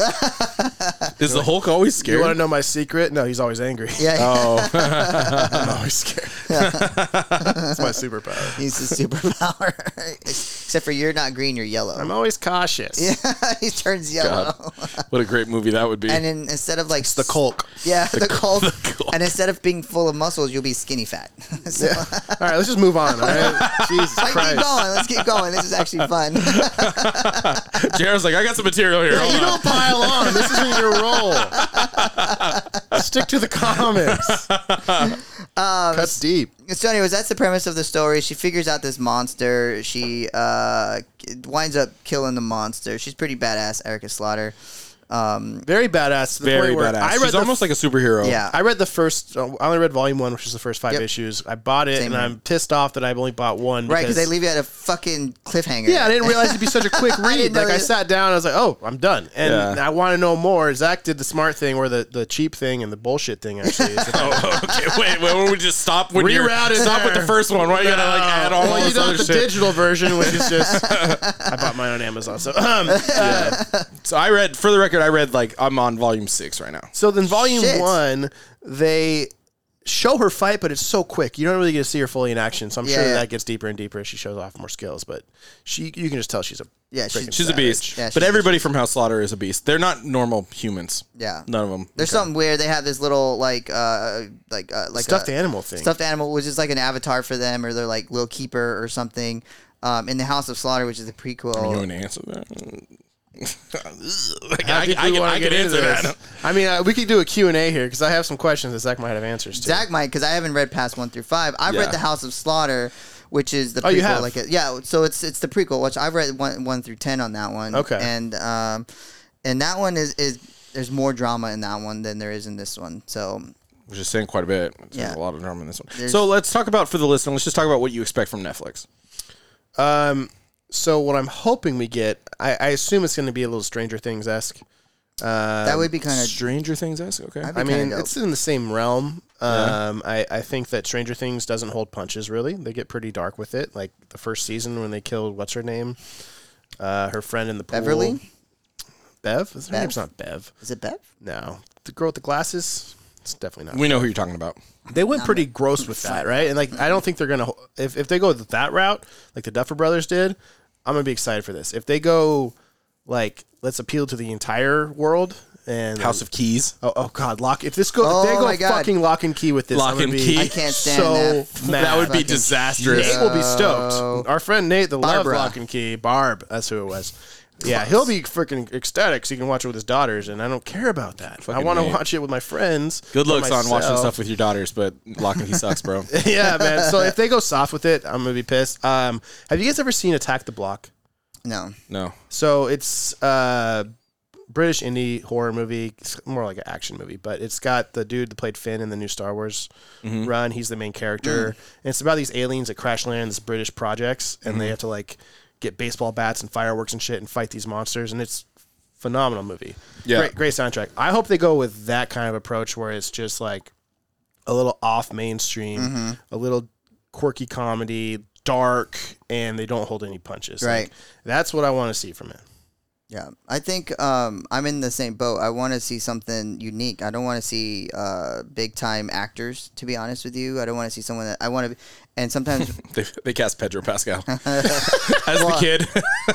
Is the Hulk always
You want to
scared?
know my secret? No, he's always angry.
Yeah,
Oh,
I'm always scared. That's my superpower.
he's a superpower. Ex- Except for you're not green, you're yellow.
I'm always cautious. Yeah.
he turns yellow,
What a great movie that would be.
and in, instead of like
The Colk.
yeah, the, cold,
Colk.
and instead of being full of muscles, you'll be skinny fat. so,
All right, let's just move on. All right, Jesus
Like, keep
Christ.
going. Let's keep going. This is actually fun. uh,
Jared's like, I got some material here.
You
Hold on.
don't pile on. This isn't your role. Stick to the comics.
Um,
Cuts deep.
so, anyways, that's the premise of the story. She figures out this monster. She uh, winds up killing the monster. She's pretty badass, Erica Slaughter. Um,
Very badass. To the
Very
point where
badass.
I read
She's
the
almost like a superhero.
Yeah.
I read the first. uh, I only read volume one, which is the first five
Yep.
issues. I bought it,
Same
and
here.
I'm pissed off that I've only bought one.
right, because they leave you at a fucking cliffhanger.
Yeah, I didn't realize it'd be such a quick read.
didn't know
like I
that-
sat down, I was like, "Oh, I'm done," and
Yeah.
I want to know more. Zach did the smart thing, or the, the cheap thing, and the bullshit thing. Actually, It's like,
Oh, okay. Wait, wait, wait, we just stop when you
Reroute it
stop with
there.
the first one. Why you gotta like add all
well, you
this
got
other
the
shit?
digital version, which is just I bought mine on Amazon. So, um, uh,
so I read, for the record, I read like I'm on volume six right now.
so then volume
Shit.
one, they show her fight, but it's so quick. You don't really get to see her fully in action. So I'm sure
Yeah, yeah.
that gets deeper and deeper as she shows off more skills. But she, you can just tell she's a
Yeah, she's-
freaking
She's
savage.
a beast.
Yeah, she's
but
a
everybody from House Slaughter is a beast. They're not normal humans.
Yeah.
None of them.
There's something weird. They have this little like uh like uh, like
Stuffed
a-
animal thing.
Stuffed animal, which is like an avatar for them, or they're like little keeper or something. Um, in the House of Slaughter, which is the
You
prequel.
want to answer that?
How
I,
deep do
I,
we
can,
wanna
I
get
can
into
answer that.
this? I mean, uh, we could do a Q and A here because I have some questions that Zach might have answers to.
Zach might, because I haven't read past one through five. I've
Yeah.
read the House of Slaughter, which is the prequel.
Oh, you have?
Like, a, yeah. So it's it's the prequel, which I've read one one through ten on that one.
Okay.
And um, and that one is is there's more drama in that one than there is in this one. So
Which is saying quite a bit. There's
Yeah.
a lot of drama in this one.
There's-
so let's talk about for the listener. Let's just talk about what you expect from Netflix.
So what I'm hoping we get, I, I assume it's going to be a little Stranger Things esque.
that
Um,
would be kind of
Stranger Things esque. Okay.
That'd be
I mean,
kinda dope.
it's in the same realm. Um, I, I think that Stranger Things doesn't hold punches really. They get pretty dark with it. Like the first season when they killed what's her name, uh, her friend in the pool.
Beverly.
Bev. Her
Bev?
name's not Bev.
Is it Bev?
No, the girl with the glasses. It's definitely not.
we know who you're talking about.
They went pretty gross with that, right? And like, I don't think they're gonna if if they go that route, like the Duffer Brothers did. I'm gonna be excited for this. If they go like let's appeal to the entire world and
House of Keys.
oh, oh god, lock if this go if
Oh my
they go
God.
fucking lock and key with this,
Lock
I'm gonna
and
be
key. I
can't stand
so
that.
Mad.
that would be
fucking
disastrous.
Nate will be stoked. Our friend Nate, the
Barbara.
love lock and key, Barb. That's who it was. Yeah, he'll be freaking ecstatic. So he can watch it with his daughters, and I don't care about that. I want to
Nate.
watch it with my friends.
Good
by
looks on watching
myself.
stuff with your daughters, but Lock and Key sucks, bro.
yeah, man. So if they go soft with it, I'm gonna be pissed. Um, have you guys ever seen Attack the Block?
No.
No.
So it's uh British indie horror movie, it's more like an action movie, but it's got the dude that played Finn in the new Star Wars run. He's the main character, and it's about these aliens that crash land in this British projects, and they have to like get baseball bats and fireworks and shit and fight these monsters, and it's phenomenal movie.
Yeah.
great, great soundtrack. I hope they go with that kind of approach where it's just like a little off mainstream, a little quirky comedy, dark, and they don't hold any punches. Like,
Right.
that's what I want to see from it.
Yeah, I think um, I'm in the same boat. I want to see something unique. I don't want to see uh, big time actors, to be honest with you. I don't want to see someone that I want to. Be, and sometimes,
They, they cast Pedro Pascal as the kid.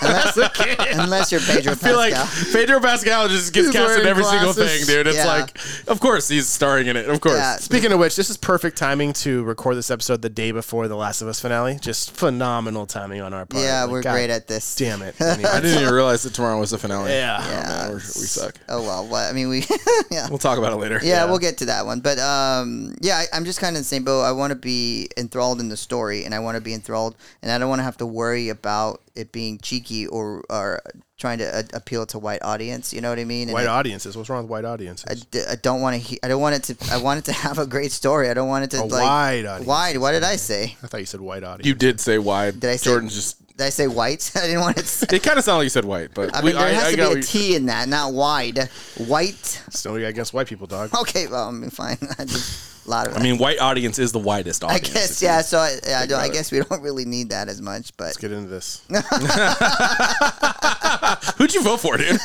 unless, unless you're Pedro
I feel like
Pascal,
Pedro Pascal just gets
He's
cast in
wearing
every single
glasses.
thing, dude. It's
Yeah.
like, of course he's starring in it. Of course.
Yeah.
Speaking of which, this is perfect timing to record this episode the day before the Last of Us finale. Just phenomenal timing on our part.
yeah,
Like,
we're
God
great at this.
Damn it.
I
Anyway.
didn't even realize that tomorrow was the finale.
yeah.
Oh, man, we're- we suck.
Oh well, what I mean, we yeah.
We'll talk about it later.
yeah, we'll get to that one. But um, yeah, I, I'm just kind of in the same boat. I want to be enthralled in the story, and I want to be enthralled, and I don't want to have to worry about it being cheeky or or trying to uh, appeal to white audience. You know what I mean? And
White
it-
audiences. What's wrong with white audiences?
I, d- I don't want to. He- I don't want it to. I want it to have a great story. I don't want it to
A
like
wide audience.
Wide. What did I say?
I thought you said white audience.
You did say why.
Did I say-
Jordan just.
Did I say white? I didn't want it. To say,
It kind of sounded like you said white, but
I mean, there has
got
to
what
be
you-
a T in that, not wide. White.
Still, you got against white people, dog.
Okay. Well, I mean, fine. I just, a lot of.
I mean, white audience is the widest
I
audience.
guess yeah. So I, yeah, I, don't,
about
I
it.
guess we don't really need that as much, but
Let's get into this.
Who'd you vote for, dude?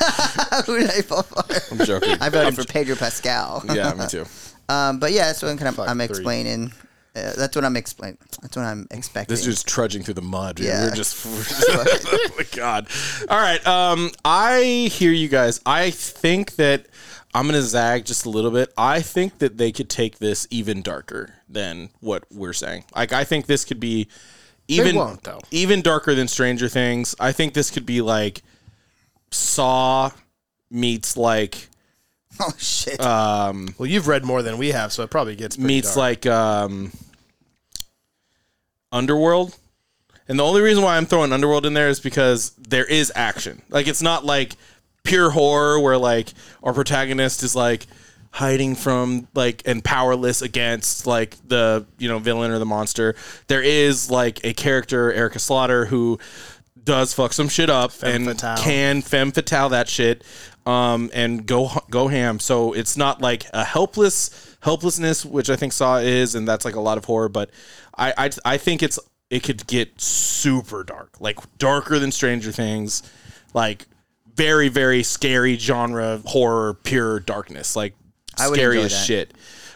who did I vote for?
I'm joking.
I voted for Pedro Pascal.
Yeah, me too.
Um, but yeah, that's what I'm kind of I'm
three.
explaining. Uh, that's what I'm explaining. That's what I'm expecting.
This dude's trudging through the mud. Dude.
Yeah.
We're just, we're just- oh my God. All right. Um, I hear you guys. I think that I'm gonna zag just a little bit. I think that they could take this even darker than what we're saying. Like, I think this could be even
won't, though.
even darker than Stranger Things. I think this could be like Saw meets like
oh shit!
Uh,
Well, you've read more than we have, so it probably gets pretty
meets
dark.
like um, Underworld. And the only reason why I'm throwing Underworld in there is because there is action. Like it's not like pure horror where like our protagonist is like hiding from like and powerless against like the you know villain or the monster. There is like a character Erica Slaughter who does fuck some shit up and
fatale.
can femme fatale that shit um, and go go ham. So it's not like a helpless helplessness, which I think Saw is, and that's like a lot of horror. But I I, I think it's it could get super dark, like darker than Stranger Things, like very very scary genre horror pure darkness, like
I would
scary
enjoy
as
that.
shit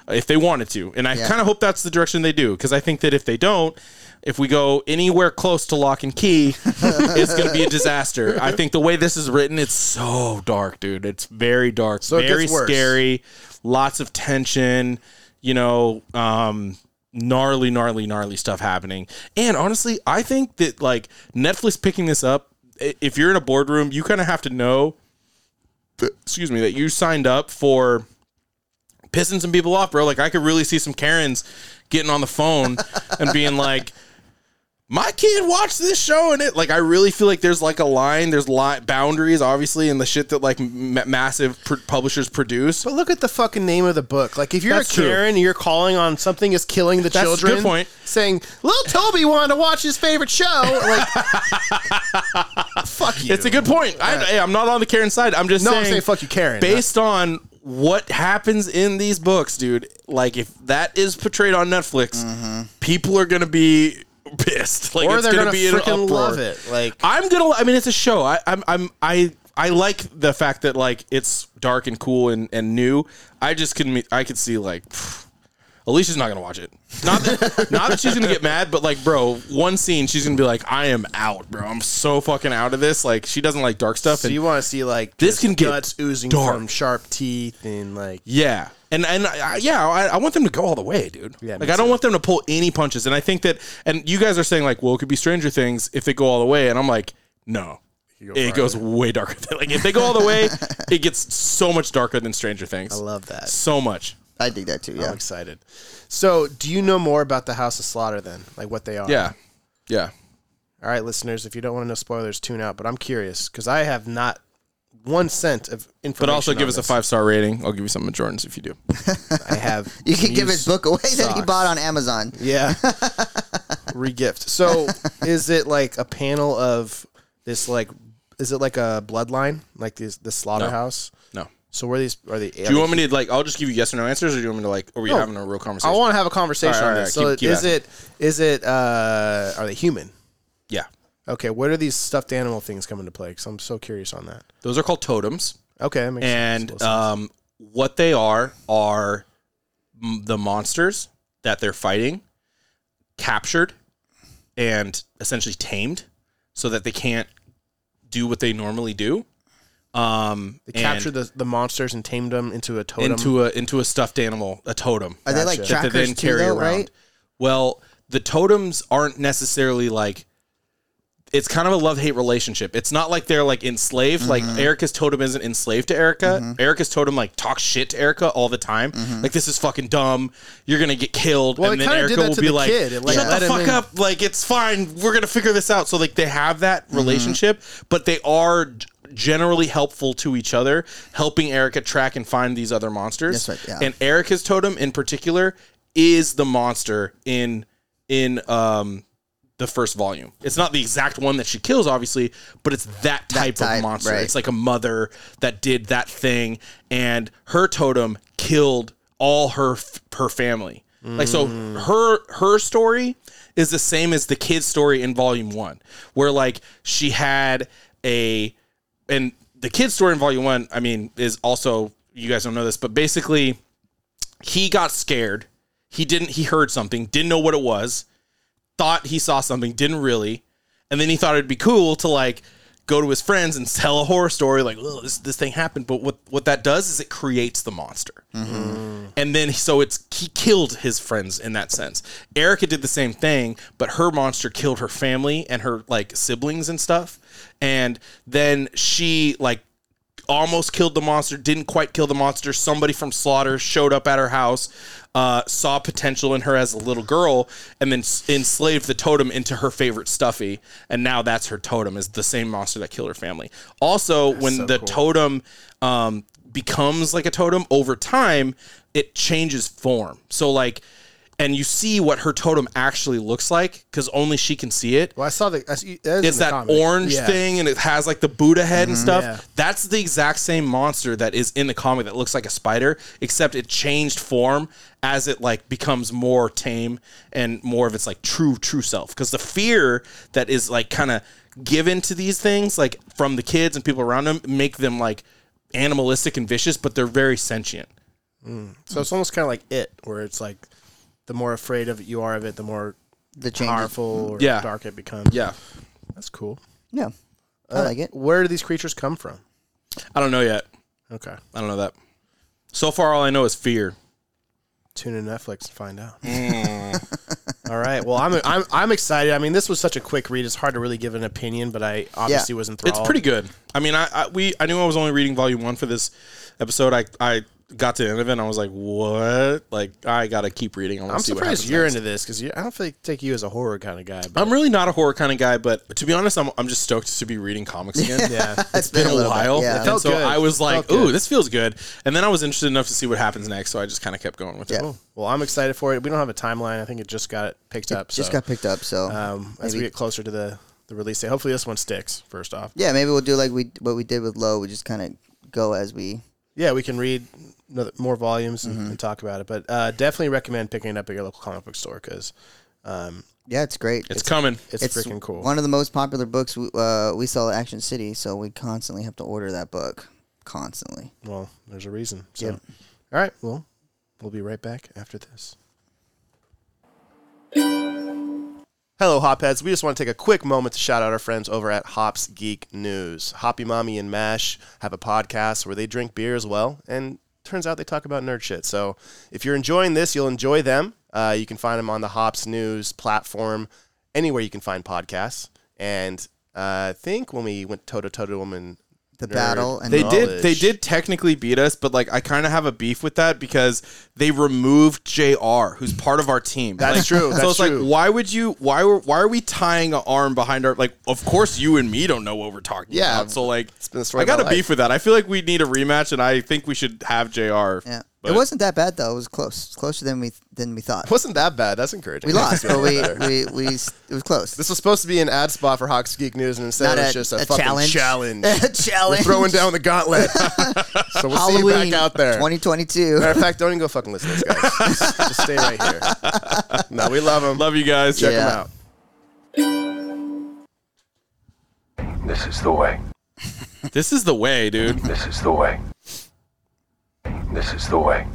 if they wanted to. And I kind of hope that's the direction they do because I think that if they don't, if we go anywhere close to lock and key, it's going to be a disaster. I think the way this is written, it's so dark, dude. It's very dark,
it
very
gets worse.
scary, lots of tension, you know, um, gnarly, gnarly, gnarly stuff happening. And honestly, I think that like Netflix picking this up, i- if you're in a boardroom, you kind of have to know excuse me, that you signed up for pissing some people off, bro. Like I could really see some Karens getting on the phone and being like, my kid watched this show and it like I really feel like there's like a line, there's li- boundaries obviously, and the shit that like m- massive pr- publishers produce.
But look at the fucking name of the book. Like, if you're
That's
a
true.
Karen and you're calling on something is killing the
That's a good
children,
point.
saying little Toby wanted to watch his favorite show, like, fuck you.
It's a good point. I, hey, I'm not on the Karen side. I'm just
no,
saying,
I'm saying fuck you, Karen.
based on what happens in these books, dude. Like if that is portrayed on Netflix, people are gonna be pissed. Like
Mm-hmm. or
it's
they're
gonna,
gonna,
be an uproar.
freaking love it. Like,
I'm gonna. I mean, it's a show. I, I'm. I'm. I. I like the fact that like it's dark and cool and, and new. I just can. me- I could see like. pfft, Alicia's not gonna watch it. Not that, not that she's gonna get mad, but like, bro, one scene she's gonna be like, "I am out, bro. I'm so fucking out of this." Like, she doesn't like dark stuff.
so
and
you want to see like
This
just
can get
guts oozing
dark.
from sharp teeth and like
Yeah. And and I, I- yeah, I, I want them to go all the way, dude.
Yeah,
like
me
I don't want them to pull any punches. And I think that, and you guys are saying like, well, it could be Stranger Things if they go all the way, and I'm like, no, it goes way darker. Than, like if they go all the way, it gets so much darker than Stranger Things. I
love that.
so much.
I dig that too.
I'm
Yeah.
excited. So, do you know more about the House of Slaughter then? Like what they are?
Yeah, yeah.
All right, listeners, if you don't want to know spoilers, tune out. But I'm curious because I have not one cent of information.
But also give
on
us a
this.
five star rating. I'll give you some of Jordan's if you do.
I have.
You can give
Muse-
his book away that he
socks.
bought on Amazon.
Yeah. Regift. So, is it like a panel of this like? Is it like a bloodline, like this the slaughterhouse?
No.
So where these are the?
Do you want me to like? I'll just give you yes or no answers, or do you want me to like? Are we having a real
I
conversation?
want to have a conversation
All right,
on
all
this.
right,
so
keep- keep
is it is it uh are they human?
yeah.
Okay, where do these stuffed animal things come into play? Because I'm so curious on that.
Those are called totems.
Okay, that makes sense.
and um, what they are are m- the monsters that they're fighting captured and essentially tamed so that they can't do what they normally do um
they
and
captured the, the monsters and tamed them into a totem.
into a into a stuffed animal a totem
Are they like
Gotcha.
that they
trackers
then
too,
carry
though,
around
right?
well the totems aren't necessarily like it's kind of a love hate relationship. It's not like they're like enslaved. Like
Mm-hmm.
Erica's totem isn't enslaved to Erica. Erica's totem like talks shit to Erica all the time. Like this is fucking dumb. You're gonna get killed.
Mm-hmm. Well,
and
it
then
kinda did
Erica
that
will
to
be
the
like,
kid. It, like,
shut
let
the
him
fuck
in.
up. Like it's fine. We're gonna figure this out. So like they have that
Mm-hmm.
relationship, but they are g- generally helpful to each other, helping Erica track and find these other monsters.
That's right, yeah.
And Erica's totem in particular is the monster in in um the first volume. It's not the exact one that she kills, obviously, but it's that type, of
type,
monster.
right.
It's like a mother that did that thing, and her totem killed all her f- her family. Like so,
Mm.
her her story is the same as the kid's story in volume one, where like she had a and the kid's story in volume one. I mean, is also you guys don't know this, but basically he got scared. He didn't. He heard something. Didn't know what it was. Thought he saw something. Didn't really. And then he thought it'd be cool to like go to his friends and tell a horror story like "Ugh, this this thing happened. But what what that does is it creates the monster. And then so it's he killed his friends in that sense. Erica did the same thing, but her monster killed her family and her like siblings and stuff. And then she like almost killed the monster, didn't quite kill the monster. Somebody from Slaughter showed up at her house, uh, saw potential in her as a little girl, and then s- enslaved the totem into her favorite stuffy. And now that's her totem, is the same monster that killed her family. Also, when the totem um, becomes like a totem over time, it changes form. So, like, and you see what her totem actually looks like because only she can see it
Well, I saw the. I see,
it's that orange thing and it has like the Buddha head and stuff.
Yeah.
That's the exact same monster that is in the comic that looks like a spider, except it changed form as it like becomes more tame and more of its like true true self. Because the fear that is like kind of given to these things, like from the kids and people around them, make them like animalistic and vicious, but they're very sentient.
So it's almost kind of like it, where it's like the more afraid of it you are of it, the more
The change.
powerful or
Mm-hmm. Yeah.
dark it becomes.
Yeah,
that's cool.
Yeah,
Uh,
I like it.
Where do these creatures come from?
I don't know yet.
Okay,
I don't know that. So far, all I know is fear.
tune in Netflix and find out.
Mm.
All right. Well, I'm, I'm I'm excited. I mean, this was such a quick read. It's hard to really give an opinion, but I obviously
Yeah.
was enthralled.
It's pretty good. I mean, I, I we I knew I was only reading volume one for this episode. I I got to the end of it. and I was like, what? Like, I gotta keep reading. I wanna
I'm
see what
surprised
happens
you're
next. Oh,
into this because I don't think take you as a horror kind of guy. But
I'm really not a horror kind of guy, but to be honest, I'm, I'm just stoked to be reading comics again.
yeah,
It's
It's been a
little bit,
while,
yeah.
and
felt
so
good.
I was like,
Felt good.
"Ooh, this feels good." And then I was interested enough to see what happens next, so I just kind of kept going with it.
Yeah.
Cool. Well, I'm excited for it. We don't have a timeline. I think it just got picked up.
Just
so,
got picked up, so
um, as we
maybe-
get closer to the the release date. Hopefully, this one sticks. First off,
yeah, maybe we'll do like we what we did with Low. We just kind of go as we.
yeah, we can read another, more volumes and,
Mm-hmm.
and talk about it. But uh, definitely recommend picking it up at your local comic book store because
Yeah, it's great.
It's, coming.
it's, freaking cool.
One of the most popular books we, uh, we sell at Action City, so we constantly have to order that book. Constantly.
well, there's a reason. So, all right. Well, we'll be right back after this. Hello, Hopheads. We just want to take a quick moment to shout out our friends over at Hops Geek News. Hoppy Mommy and Mash have a podcast where they drink beer as well, and turns out they talk about nerd shit. So if you're enjoying this, you'll enjoy them. Uh, you can find them on the Hops News platform, anywhere you can find podcasts. And uh, I think when we went toe to toe to them in
The
nerd
battle and
They
the-
did. They
knowledge.
did technically beat us, but like I kind of have a beef with that because they removed Jr., who's part of our team.
That's
Like,
true.
so
That's
it's
true.
like, why would you? Why were? Why are we tying an arm behind our? Like, of course you and me don't know what we're talking
Yeah.
about. So like,
It's been the story
I
of my
got a
life.
beef with that. I feel like we need a rematch, and I think we should have Jr.
yeah.
but-
it wasn't that bad though. It was close. It's closer than we than we thought.
wasn't that bad. That's encouraging.
We lost, but we, we, we s- it was close.
This was supposed to be an ad spot for Hawks Geek News, and instead
Not
it's
a-
just a,
a
fucking
challenge.
challenge.
A challenge.
We're throwing down the gauntlet. so we'll see you back out there.
2022.
Matter of fact, don't even go fucking listen to this, guys. just, just stay right here. No, we love them.
Love you guys.
Check
Yeah.
them out.
This is the way.
This is the way, dude.
This is the way. This is the way.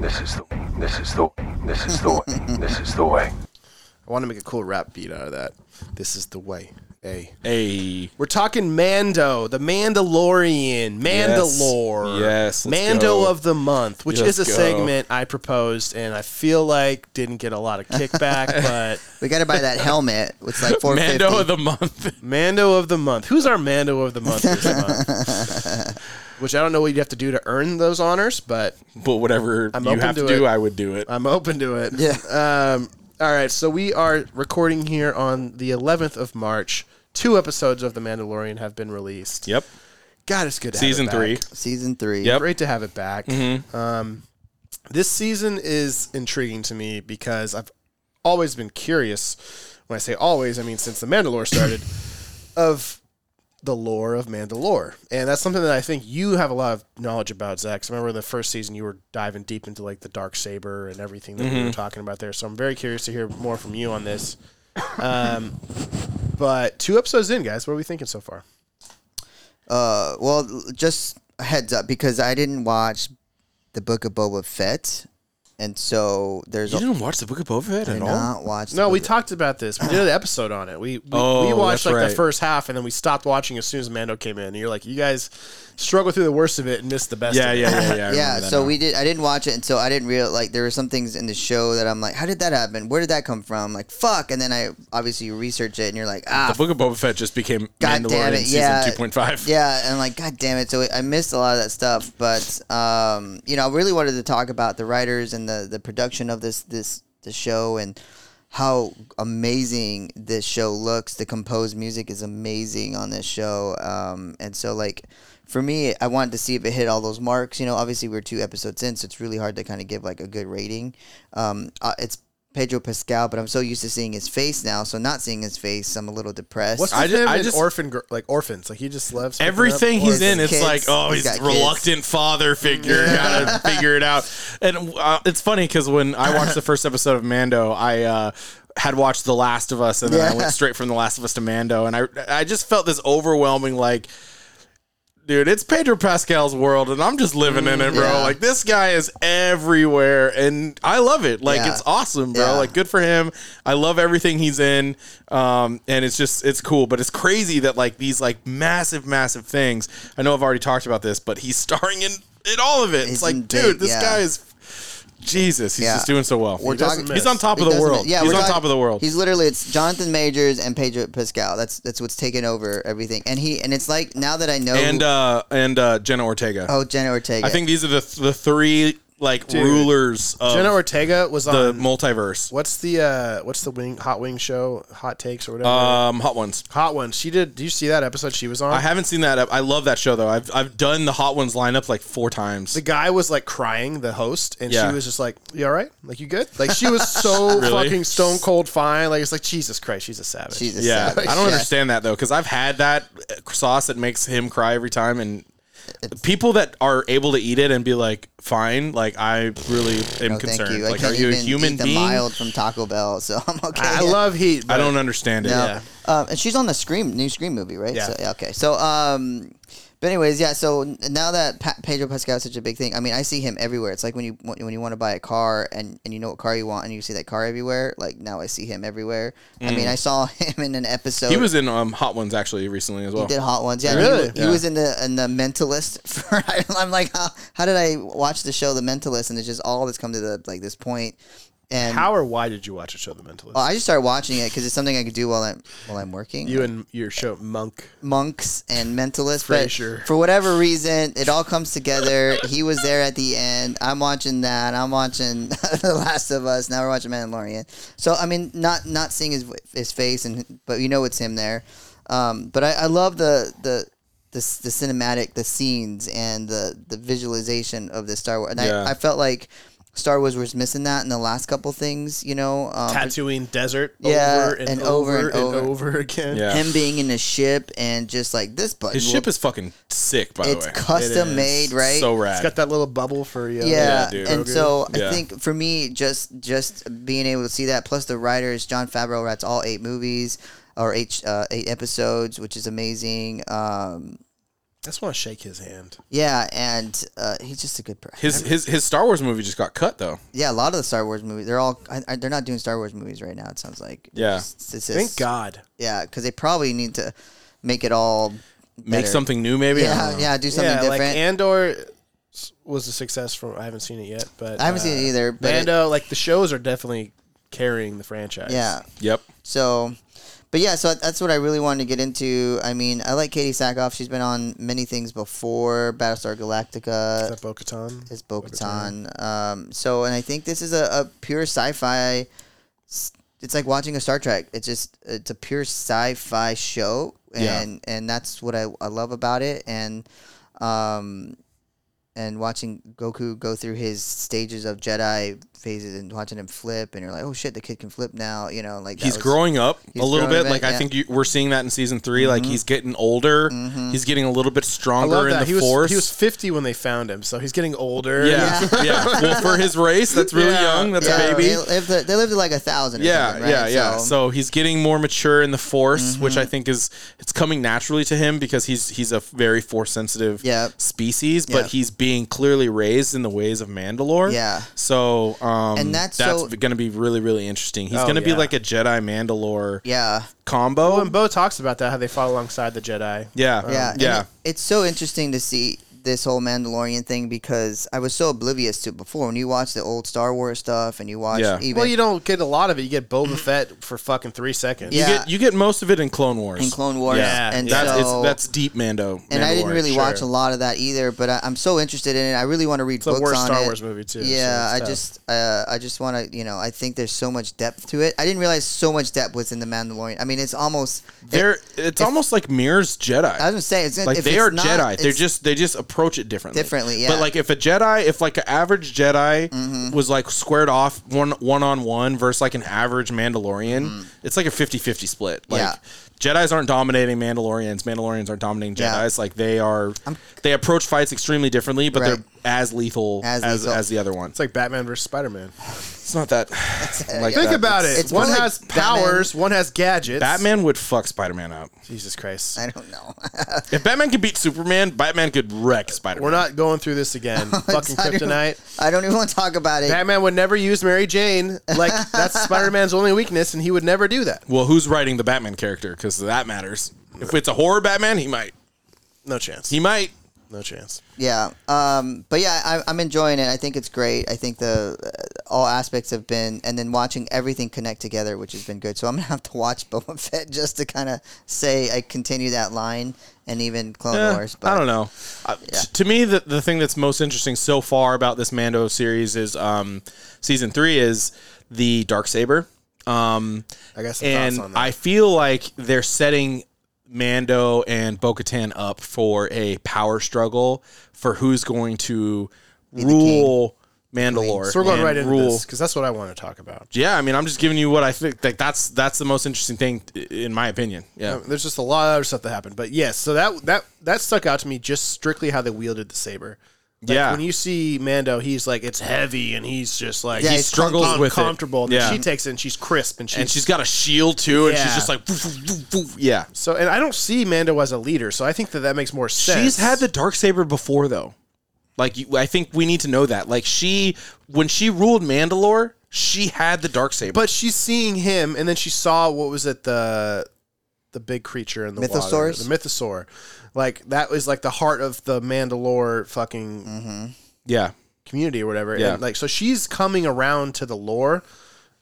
This is the this is the this is the way. This is the way.
I want to make a cool rap beat out of that. This is the way. Hey.
Hey,
We're talking Mando, the Mandalorian, Mandalore,
Yes, let's
Mando
go.
of the month, which
Let's
is a
go.
segment I proposed, and I feel like didn't get a lot of kickback, but
We got to buy that helmet. It's like 450.
Mando of the month.
Mando of the month. Who's our Mando of the month this month? Which I don't know what you'd have to do to earn those honors, but
but whatever
I'm
you
open
have
to
to do,
it. Uh,
I would do it.
I'm open to it.
Yeah.
Um, all right. So we are recording here on the 11th of March. Two episodes of The Mandalorian have been released.
yep.
God, it's good. To
Season
have it back.
three.
Season three.
Yep.
Great to have it back. Um, this season is intriguing to me because I've always been curious. When I say always, I mean since the Mandalore started, of the lore of Mandalore, and that's something that I think you have a lot of knowledge about, Zach. 'Cause I remember the first season you were diving deep into like the dark saber and everything that we were talking about there. So I'm very curious to hear more from you on this. Um, but two episodes in, guys, what are we thinking so far?
Uh, well, l- just a heads up because I didn't watch the Book of Boba Fett. and so there's
You
a,
didn't watch the Book of Boba Fett
did
at all?
not watch.
No,
the
we
movie.
talked about this. We did an episode on it. We we, we
Oh,
watched
that's
like the
right.
first half, and then we stopped watching as soon as Mando came in. And you're like, you guys struggled through the worst of it and missed the best.
Yeah,
of it.
yeah, yeah, yeah. I
yeah,
remember that
so
now.
we did. I didn't watch it, and so I didn't real like there were some things in the show that I'm like, how did that happen? Where did that come from? Like, fuck. And then I obviously you research it, and you're like, ah,
the Book of Boba Fett just became
God
Mandalorian
damn it,
season
yeah.
two point five.
Yeah, and like, god damn it. So I missed a lot of that stuff, but um, you know, I really wanted to talk about the writers and the the production of this this the show and how amazing this show looks. The composed music is amazing on this show, um, and so like. For me, I wanted to see if it hit all those marks. You know, obviously we're two episodes in, so it's really hard to kind of give like a good rating. Um, uh, it's Pedro Pascal, but I'm so used to seeing his face now, so not seeing his face, I'm a little depressed.
What's
I
I
ju-
just,
I
I just
just-
orphan gr- like orphans. Like he just loves picking
Everything
up
he's
orphans.
in, it's
kids.
like, oh,
He's
he's,
got
reluctant father figure. Gotta figure it out. And uh, it's funny because when I watched the first episode of Mando, I uh, had watched The Last of Us, and then I
Yeah.
went straight from The Last of Us to Mando, and I I just felt this overwhelming like. Dude, it's Pedro Pascal's world, and I'm just living in it, bro.
Mm, yeah.
Like this guy is everywhere, and I love it. Like
Yeah.
it's awesome, bro.
Yeah.
Like good for him. I love everything he's in. Um, and it's just it's cool, but it's crazy that like these like massive, massive things. I know I've already talked about this, but he's starring in in all of it.
He's
it's like,
in
dude,
big-
this
yeah.
guy is Jesus. He's
Yeah.
just doing so well.
We're
He doesn't
talking-
miss. he's on top of
He
the
doesn't-
world.
Yeah,
he's
we're
on
talking-
top of the world.
He's literally it's Jonathan Majors and Pedro Pascal. That's that's what's taken over everything. And he and it's like now that I know
and uh and uh Jenna Ortega.
oh Jenna Ortega.
I think these are the the three like rulers of
Jenna Ortega was
the
on
multiverse.
what's the uh what's the wing hot wing show hot takes or whatever
Um, hot ones.
hot ones. She did. Do you see that episode she was on?
I haven't seen that. I love that show though. I've I've done the Hot Ones lineup like four times.
the guy was like crying, the host, and
Yeah.
she was just like, "You all right? Like you good?" Like she was so
Really?
fucking stone cold fine. Like it's like Jesus Christ, she's a savage.
she's a
Yeah,
savage.
I don't
Yeah.
understand that though, because I've had that sauce that makes him cry every time, and people that are able to eat it and be like, "Fine," like I really am
No,
concerned.
Oh, thank you. I
Like,
can't
are you a
even
human
eat the
being?
mild from Taco Bell, so I'm okay.
I love heat.
I
but-
don't understand it.
No.
Yeah.
Um, and she's on the Scream new Scream movie, right?
Yeah.
So, okay. So, um, but anyways, yeah. So n- now that pa- Pedro Pascal is such a big thing, I mean, I see him everywhere. It's like when you when you want to buy a car and, and you know what car you want and you see that car everywhere. Like now I see him everywhere. I
Mm.
mean, I saw him in an episode.
He was in um, Hot Ones actually recently as well.
He did hot ones. Yeah,
Really?
He, he
Yeah.
was in the in the Mentalist. For, I'm like, how, how did I watch the show The Mentalist? And it's just all that's come to the like this point. And
How or why did you watch the show The Mentalist?
well, I just started watching it because it's something I could do while I'm while I'm working.
you and your show Monk.
monks and mentalists.
Frasier.
But for whatever reason, it all comes together. he was there at the end. I'm watching that. I'm watching The Last of Us. Now we're watching Mandalorian. So I mean, not not seeing his his face, and but you know it's him there. Um, but I, I love the the. The, s- the cinematic, the scenes, and the, the visualization of the Star Wars, and
Yeah.
I, I felt like Star Wars was missing that in the last couple things, you know. Um,
Tatooine desert
Yeah,
over and,
and
over, and, over. again.
Yeah.
him being in a ship and just like this button,
His ship is fucking sick, by the
it's
way.
custom
It is.
made, right?
So
It's
rad.
got that little bubble for you.
yeah,
dude.
and
Grogu.
so I
Yeah.
think for me, just just being able to see that, plus the writers, John Favreau writes all eight movies or eight uh, eight episodes, which is amazing. Um,
I just want to shake his hand.
yeah, and uh, he's just a good person.
his his his Star Wars movie just got cut though.
yeah, a lot of the Star Wars movies, they're all I, I, they're not doing Star Wars movies right now. It sounds like
Yeah.
It's- it's
Thank
just-
God.
yeah, because they probably need to make it all
Make
better.
something new, maybe. I don't
yeah
know.
yeah do something
yeah,
different.
like Andor s- was a success from. I haven't seen it yet, but uh,
I haven't seen
uh,
it either, but it-
Mando, like the shows are definitely carrying the franchise.
yeah,
Yep.
So, but yeah, so that's what I really wanted to get into. I mean, I like Katie Sackhoff. She's been on many things before Battlestar Galactica
Is that Bo-Katan?
is Bo Katan. Um, so, and I think this is a, a pure sci fi. It's like watching a Star Trek. It's just it's a pure sci fi show,
Yeah.
and and that's what I, I love about it. And um, and watching Goku go through his stages of Jedi phases and watching him flip, and you're like, oh shit, the kid can flip now. You know, like that
he's
was-
growing up
he's
a little
growing
bit.
a bit,
like
yeah. Mm-hmm.
I think you, we're seeing that in season 3 Like he's getting older. He's getting a little bit
I
stronger
love
in the
that. He was,
force.
he was 50 when they found him, so he's getting older.
yeah, yeah. Well, for his race, that's really
Yeah.
young. That's
Yeah,
a baby.
They lived, to- they lived to like a thousand. Or
yeah,
something, right?
yeah, yeah.
So, Mm-hmm.
So, he's getting more mature in the force, which I think is it's coming naturally to him because he's he's a very force sensitive
Yep.
species, but
Yep.
he's being clearly raised in the ways of Mandalore.
Yeah.
So, um,
And that's so-
going to be really, really interesting. He's
Oh,
going to
yeah.
be like a Jedi Mandalore
Yeah.
combo.
Oh, and Bo talks about that how they fought alongside the Jedi.
yeah.
Yeah. and
um, Yeah.
it- it's so interesting to see this whole Mandalorian thing because I was so oblivious to it before. When you watch the old Star Wars stuff and you watch
Yeah.
even Mm-hmm.
Well, you don't get a lot of it. You get Boba Fett for fucking three seconds.
You
Yeah.
get you get most of it in Clone Wars.
in Clone Wars,
Yeah,
and
that's,
so
it's, that's deep Mando.
and I didn't
Mandalorian,
really
sure.
watch a lot of that either. But I, I'm so interested in it. I really want to read
the
books
worst
on
Star
it.
Wars movie, too, so
Yeah,
it's
I
tough.
just uh, I just want to you know I think there's so much depth to it. I didn't realize so much depth was in the Mandalorian. I mean, it's almost
They're it's almost like mirrors Jedi.
I was gonna say it's
like
if
they
it's
are
not-
Jedi. They're
it's-
just they just approach it differently.
Differently, yeah. Mm-hmm.
But like if a Jedi, if like an average Jedi was like squared off one one on one versus like an average Mandalorian, it's like a 50-50 split. Like
Mm-hmm. Yeah.
Jedi's aren't dominating Mandalorians. Mandalorians aren't dominating
Yeah.
Jedi's. Like they are, they approach fights extremely differently, but
Right.
they're as lethal
As
as as,
lethal.
the other one.
It's like Batman versus Spider Man.
It's not that. like
Think
that.
about
It's-
it.
it's
one
more like
has
Batman-
powers, one has gadgets.
Batman would fuck Spider Man up.
Jesus Christ.
I don't know.
If Batman could beat Superman, Batman could wreck Spider Man.
We're not going through this again. fucking
I don't-
kryptonite.
I don't even want to talk about it.
Batman would never use Mary Jane. Like that's Spider Man's only weakness, and he would never do that.
Well, who's writing the Batman character? Because that matters. If it's a horror Batman, he might.
No chance.
He might.
No chance.
Yeah. Um, but yeah, I, I'm enjoying it. I think it's great. I think the uh, all aspects have been, and then watching everything connect together, which has been good. So I'm gonna have to watch Boba Fett just to kind of say I continue that line, and even Clone
Eh,
Wars. But
I don't know. Uh, t- to me, the, the thing that's most interesting so far about this Mando series is um, season three is the dark saber. Um,
I got some
and
thoughts on that.
I feel like they're setting Mando and Bo Katan up for a power struggle for who's going to rule Mandalore.
so we're going
and
right into
rule
this because that's what I want to talk about.
Yeah, I mean, I'm just giving you what I think. Like that's that's the most interesting thing, i- in my opinion. Yeah,
There's just a lot of other stuff that happened, but yes. So that that that stuck out to me just strictly how they wielded the saber. Like,
Yeah.
When you see Mando, he's like it's heavy, and he's just like
Yeah,
he
it's
struggles with it.
uncomfortable. And
Yeah,
then she takes it, and she's crisp, and she's,
and she's got a shield too, and
Yeah.
she's just like, "Woof, woof, woof, woof." yeah.
so. And I don't see Mando as a leader, so I think that that makes more sense.
She's had the dark saber before though. Like, you, I think we need to know that. Like, she when she ruled Mandalore, she had the dark saber.
but she's seeing him, and then she saw what was it the the big creature in the water,
Mythosaurus?
the mythosaur. Like that was like the heart of the Mandalore fucking
yeah,
community or whatever.
Yeah.
And like so she's coming around to the lore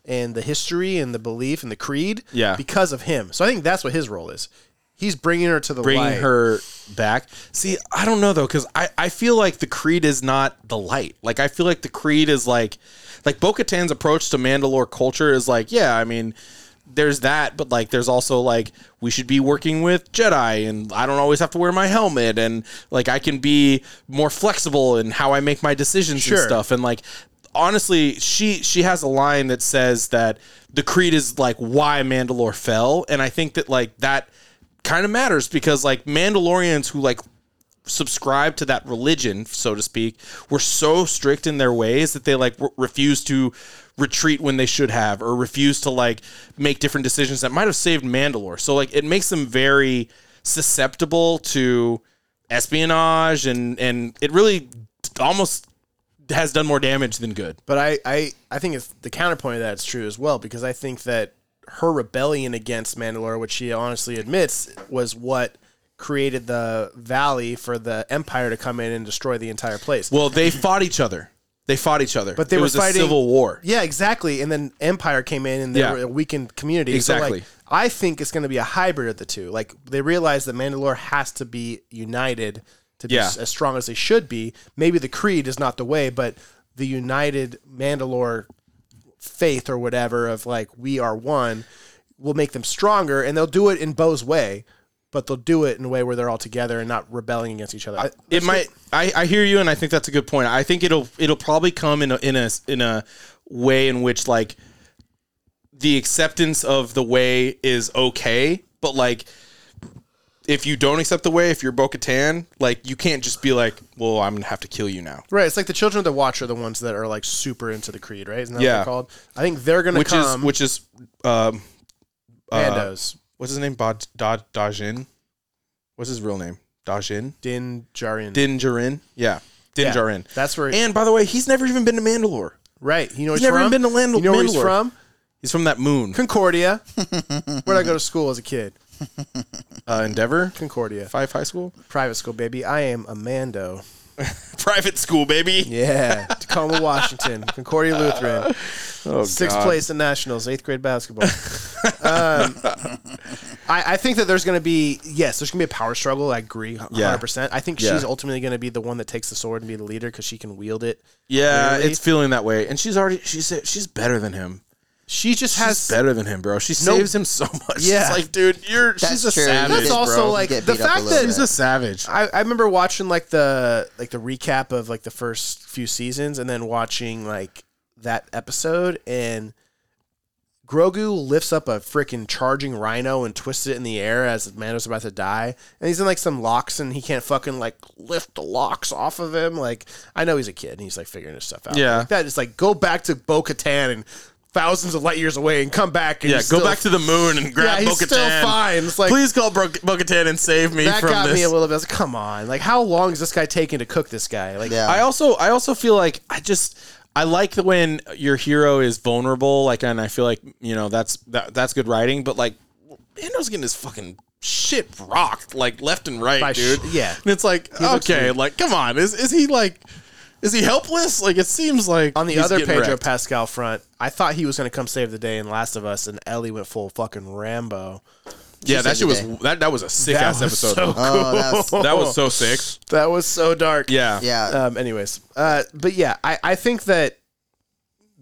and the history and the belief and the creed
Yeah.
because of him. So I think that's what his role is. He's bringing her to the
bringing
light.
her back. See, I don't know though, because I, I feel like the Creed is not the light. Like I feel like the Creed is like like Bo Katan's approach to Mandalore culture is like, yeah, I mean, there's that, but like there's also like we should be working with Jedi and I don't always have to wear my helmet and like I can be more flexible in how I make my decisions
Sure.
and stuff. And like honestly, she she has a line that says that the creed is like why Mandalore fell, and I think that like that kind of matters because like Mandalorians who like subscribe to that religion, so to speak, were so strict in their ways that they like re- refused to retreat when they should have or refuse to like make different decisions that might have saved Mandalore. So like it makes them very susceptible to espionage and and it really almost has done more damage than good.
But I, I, I think it's the counterpoint of that is true as well because I think that her rebellion against Mandalore, which she honestly admits, was what created the valley for the Empire to come in and destroy the entire place.
Well, they fought each other. They fought each other.
But they
it
were
was
fighting-
a civil war.
Yeah, exactly. And then Empire came in and they
Yeah.
were a weakened community. So like,
Exactly.
I think it's going to be a hybrid of the two. Like they realize that Mandalore has to be united to be
Yeah.
s- as strong as they should be. Maybe the creed is not the way, but the united Mandalore faith or whatever of like we are one will make them stronger and they'll do it in Bo's way, but they'll do it in a way where they're all together and not rebelling against each other. I-
it might. I, I hear you, and I think that's a good point. I think it'll it'll probably come in a, in a in a way in which like the acceptance of the way is okay, but like if you don't accept the way, if you're Bo-Katan, like you can't just be like, well, I'm gonna have to kill you now,
Right, it's like the children of the watch are the ones that are like super into the creed, right? Isn't that what
Yeah.
they're called? I think they're gonna
which
come
is which is um,
Mandos.
what's his name? Bod, da, Dajin. What's his real name? Dajin.
Din Djarin.
Din Djarin. Yeah. Din
Yeah,
Djarin.
that's where-
and by the way, he's never even been to Mandalore.
Right. You know where he's,
He's never
from?
even been to Land-
You know where he's
Mandalore.
from?
He's from that moon.
Concordia. Where'd I go to school as a kid?
Uh, Endeavor
Concordia.
Five High School,
Private school, baby. I am a Mando.
private school, baby.
Yeah. Tacoma, Washington.
Oh,
Concordia Lutheran. Sixth place in nationals, eighth grade basketball. um, I, I think that there's going to be yes, there's going to be a power struggle. I agree, hundred
Yeah.
percent. I think
Yeah.
she's ultimately going to be the one that takes the sword and be the leader because she can wield it.
Yeah,
Clearly.
it's feeling that way, and she's already she's she's better than him.
She just
She's
has.
better than him, bro. She saves him so much.
Yeah.
She's like, dude, you're she's a
true.
savage.
That's
That's
also
bro.
like
You get
the
beat up a
fact
little
that
She's a savage.
I, I remember watching like the like the recap of like the first few seasons and then watching like that episode and Grogu lifts up a freaking charging rhino and twists it in the air as Mando's about to die. And he's in like some locks and he can't fucking like lift the locks off of him. Like I know he's a kid and he's like figuring his stuff out.
Yeah.
Like that is like go back to Bo Katan and thousands of light years away and come back and
yeah,
he's
go
still-
back to the moon and grab
Yeah, he's
Bo-Katan.
still fine. It's like-
Please call Bro- Bo-Katan and save me
that
from
got
this.
me a little bit. I was like, come on. Like how long is this guy taking to cook this guy? Like
Yeah.
I also I also feel like I just I like the when your hero is vulnerable, like, and I feel like you know that's that, that's good writing, but like, Mando's getting his fucking shit rocked like left and right,
By sh-
dude.
yeah.
and it's like
looks
okay,
weak.
like come on, is is he like is he helpless? Like it seems like
On the
he's
other
getting
Pedro
wrecked.
Pascal front, I thought he was going to come save the day in Last of Us, and Ellie went full fucking Rambo.
yeah, that shit
saved
was
the
that that was a sick
That
ass
was
episode.
so cool.
Oh, that was-
that was so sick.
That was so dark.
Yeah,
Yeah.
Um. Anyways. Uh. But yeah, I I think that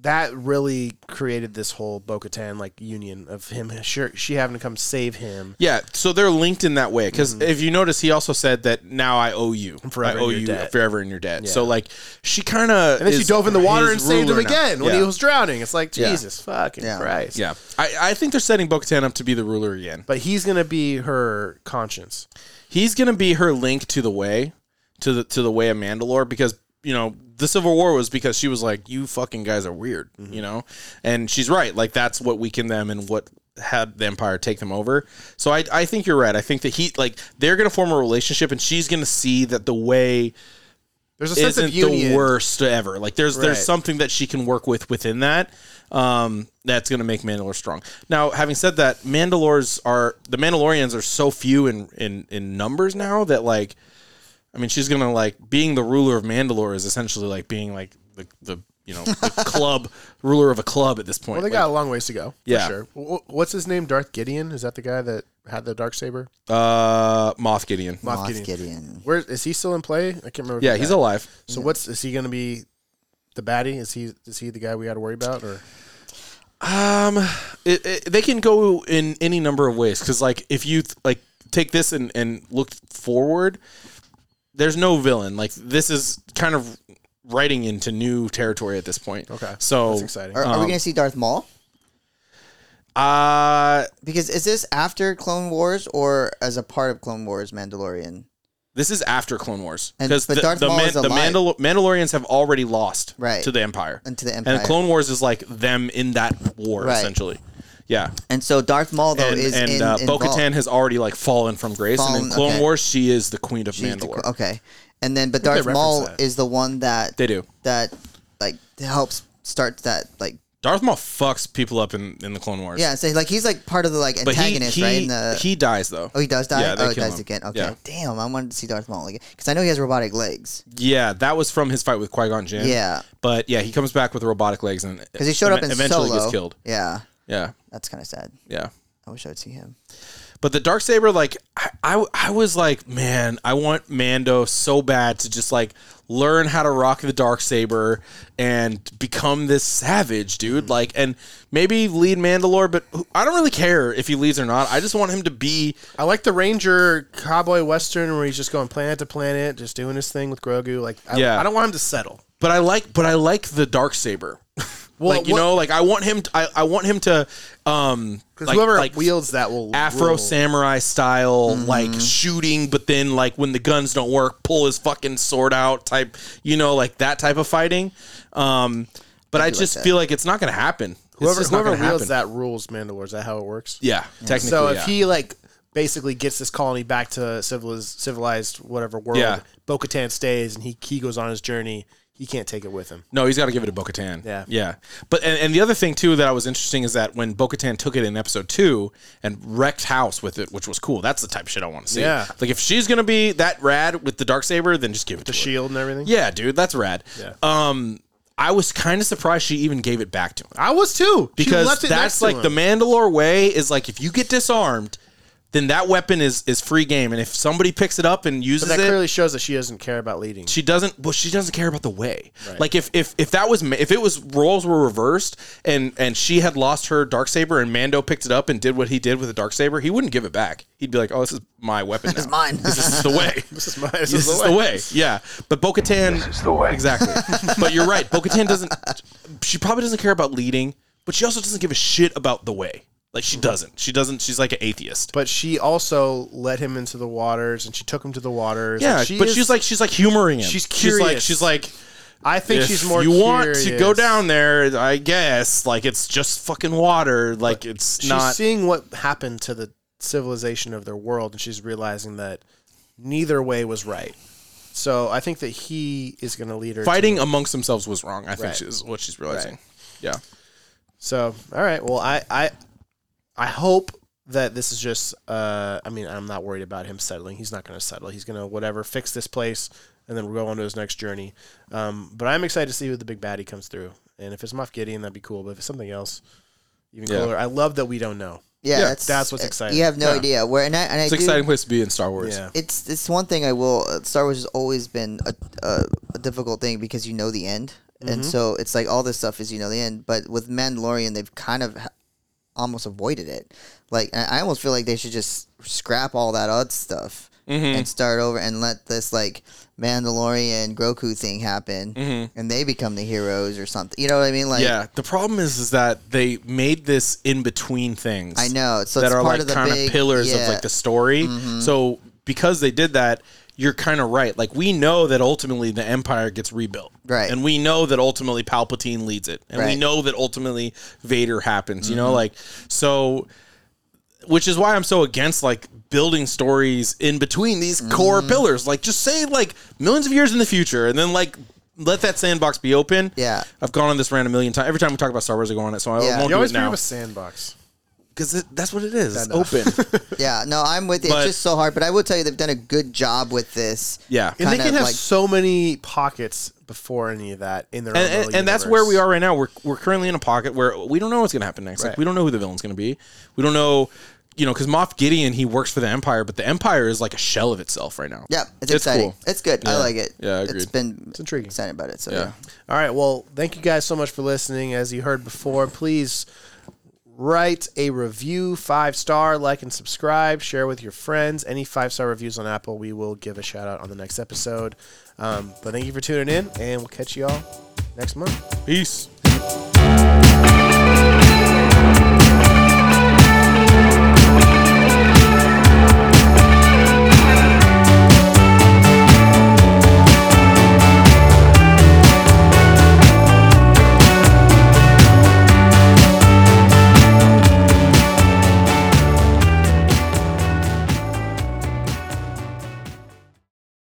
that really created this whole Bo-Katan like union of him. Sure, she having to come save him.
Yeah, so they're linked in that way because if you notice, he also said that now I owe you,
Mm-hmm. forever
I owe
in your
you
debt."
forever in your debt. So like, she kind of
And then she dove in the water and saved him again when
yeah.
he was drowning. It's like
Yeah.
Jesus fucking
Yeah.
Christ.
Yeah, I, I think they're setting Bo-Katan up to be the ruler again.
But he's gonna be her conscience.
He's gonna be her link to the way, to the to the way of Mandalore because you know the Civil War was because she was like, you fucking guys are weird, you know, and she's right. Like that's what weakened them and what had the Empire take them over. So I I think you're right. I think that he like they're gonna form a relationship and she's gonna see that the way.
There's a sense
isn't
of union.
the worst ever. Like there's
Right.
there's something that she can work with within that. Um, that's gonna make Mandalore strong. Now, having said that, Mandalores are the Mandalorians are so few in in in numbers now that like, I mean, she's gonna like being the ruler of Mandalore is essentially like being like the the you know the club ruler of a club at this point.
Well, they got a long ways to go.
Yeah.
For sure. Wh- wh- What's his name? Darth Gideon? Is that the guy that had the dark saber?
got uh Moth Gideon.
Moff
Moff Gideon.
Where is he still in play? I can't remember.
Yeah,
the
he's
guy.
alive.
So what's is he going to be? The baddie is he? Is he the guy we got to worry about? Or
Um, it, it, they can go in any number of ways because, like, if you th- like take this and and look forward, there's no villain. Like, this is kind of writing into new territory at this point.
Okay.
so
That's exciting.
Are, are we
um,
going to see Darth Maul?
Uh
Because is this after Clone Wars or as a part of Clone Wars Mandalorian?
this is after Clone Wars
And-
because
but
the,
Darth
the,
Maul
Man-
is
the
alive.
Mandal- Mandalorians have already lost
Right.
to the Empire
And to the
and
Empire.
Clone Wars is like them in that war
Right.
essentially. Yeah,
And so Darth Maul though
and,
is
and
in,
uh,
involved.
Bo-Katan has already like fallen from grace, and in
Fallen,
Clone
okay.
Wars she is the queen of
She's the
Mandalore.
qu- okay, and then but
they
Darth
reference
Maul
that.
is the one that
They do.
that like helps start that like
Darth Maul fucks people up in, in the Clone Wars.
yeah so like he's like part of the like
but he
antagonist
he,
right in the
he dies though.
oh he does die
Yeah, they
oh he
kill
dies
him.
again okay
Yeah.
damn I wanted to see Darth Maul again because I know he has robotic legs
Yeah, that was from his fight with Qui Gon Jinn.
Yeah.
but yeah, he comes back with robotic legs and
because he showed up in
eventually
Solo
gets killed.
yeah
Yeah,
that's kind of sad
yeah.
I wish I would see him
But the dark saber, like I, I, I was like, man, I want Mando so bad to just like learn how to rock the dark saber and become this savage dude.
Mm-hmm.
Like, and maybe lead Mandalore, but who- I don't really care if he leads or not. I just want him to be
I like the Ranger cowboy western where he's just going planet to planet, just doing his thing with Grogu. Like, I,
Yeah.
I don't want him to settle.
but I like but I like the dark saber. like you
what-
know, like I want him. To, I I want him to um
Because
like,
whoever Mm-hmm.
like
wields that will
Afro
rule.
samurai style, like shooting, but then like when the guns don't work, pull his fucking sword out type. You know, like that type of fighting. Um, but I,
do like
just
that.
feel like it's not gonna happen. It's
Whoever
just not
whoever
gonna
wields
happen.
that rules Mandalore. Is that how it works?
Yeah, technically.
So if
yeah.
he like basically gets this colony back to civilized, civilized whatever world.
Yeah.
Bo Katan stays and he, he goes on his journey. He can't take it with him.
No, he's got to give it to Bo-Katan.
Yeah.
yeah. But and, and the other thing too that I was interesting is that when Bo-Katan took it in episode two and wrecked house with it, which was cool. That's the type of shit I want to see.
Yeah.
like if she's gonna be that rad with the dark saber, then just give it to
The
her.
shield and everything.
Yeah, dude, that's rad.
Yeah.
Um, I was kind of surprised she even gave it back to him
I was too. She
because
left it next
that's
to
like
him.
the Mandalore way is like if you get disarmed, then that weapon is is free game, and if somebody picks it up and uses
But that
it,
clearly shows that she doesn't care about leading.
she doesn't well she doesn't care about the way like if if if that was ma- if it was roles were reversed and and she had lost her dark saber and mando picked it up and did what he did with the dark saber he wouldn't give it back he'd be like oh this is my weapon now.
is mine.
this is the way
This is my. This,
this is the way yeah but bo-katan
This is the way.
exactly but you're right bo-katan doesn't she probably doesn't care about leading but she also doesn't give a shit about the way like she doesn't she doesn't she's like an atheist
But she also let him into the waters, and she took him to the waters.
yeah
and she
but
is-
she's like she's like humoring him
She's
like
curious.
she's like
I think
if
she's more.
you want to go
curious.
down there i guess like it's just fucking water like it's
She's
not
seeing what happened to the civilization of their world, and she's realizing that neither way was right. So I think that he is going to lead her. to-
fighting amongst themselves was wrong i
Right.
think is what she's realizing
Right.
yeah
so all right. Well, I I I hope that this is just. Uh, I mean, I'm not worried about him settling. He's not going to settle. He's going to whatever fix this place, and then we'll go on to his next journey. Um, but I'm excited to see who the big baddie comes through. And if it's Moff Gideon, that'd be cool. But if it's something else, even
Yeah.
cooler. I love that we don't know.
Yeah, that's,
that's what's
uh,
exciting.
You have no
Yeah.
idea where, and I and I
it's
do,
an exciting place to be in star wars
Yeah.
It's it's one thing I will. uh, Star Wars has always been a, a, a difficult thing because you know the end,
Mm-hmm.
and so it's like all this stuff is you know the end. But with Mandalorian, they've kind of ha- almost avoided it. Like I I almost feel like they should just scrap all that odd stuff
Mm-hmm.
and start over and let this like Mandalorian Groku thing happen, and they become the heroes or something. You know what I mean? Like
Mm-hmm. yeah the problem is is that they made this in between things
I know. So
that
it's
are
part
like
of the
kind
big-
of pillars
yeah. Mm-hmm.
of like the story. So because they did that, you're kind of right. Like we know that ultimately the empire gets rebuilt,
Right.
And we know that ultimately Palpatine leads it, and we
Right. Mm-hmm.
know that ultimately Vader happens. You know, like so. Which is why I'm so against like building stories in between these core
Mm-hmm.
pillars. Like just say like millions of years in the future, and then like. Let that sandbox be open.
Yeah.
I've gone on this rant a million times. Every time we talk about Star Wars, I go on it, so I
Yeah.
won't
You
do
always
it
bring
now
up a sandbox.
because that's what it is. It's
know.
open.
Yeah, no, I'm with you.
But-
it's just so hard, but I will tell you they've done a good job with this.
Yeah.
And they
Kinda
can have
like-
so many pockets before any of that in their own
and,
little
and, and that's where
universe.
we are right now. We're, we're currently in a pocket where we don't know what's going to happen next. Like
Right.
we don't know who the villain's going to be. We don't know, you know, because Moff Gideon he works for the Empire, but the Empire is like a shell of itself right now.
Yeah, it's, exciting. It's good. I like it.
Yeah,
it's
agreed.
been it's
intriguing.
Excited about it. So yeah.
All right. Well, thank you guys so much for listening. As you heard before, please write a review, five star, like and subscribe, share with your friends. Any five star reviews on Apple, we will give a shout out on the next episode. Um, but thank you for tuning in, and we'll catch you all next month.
Peace.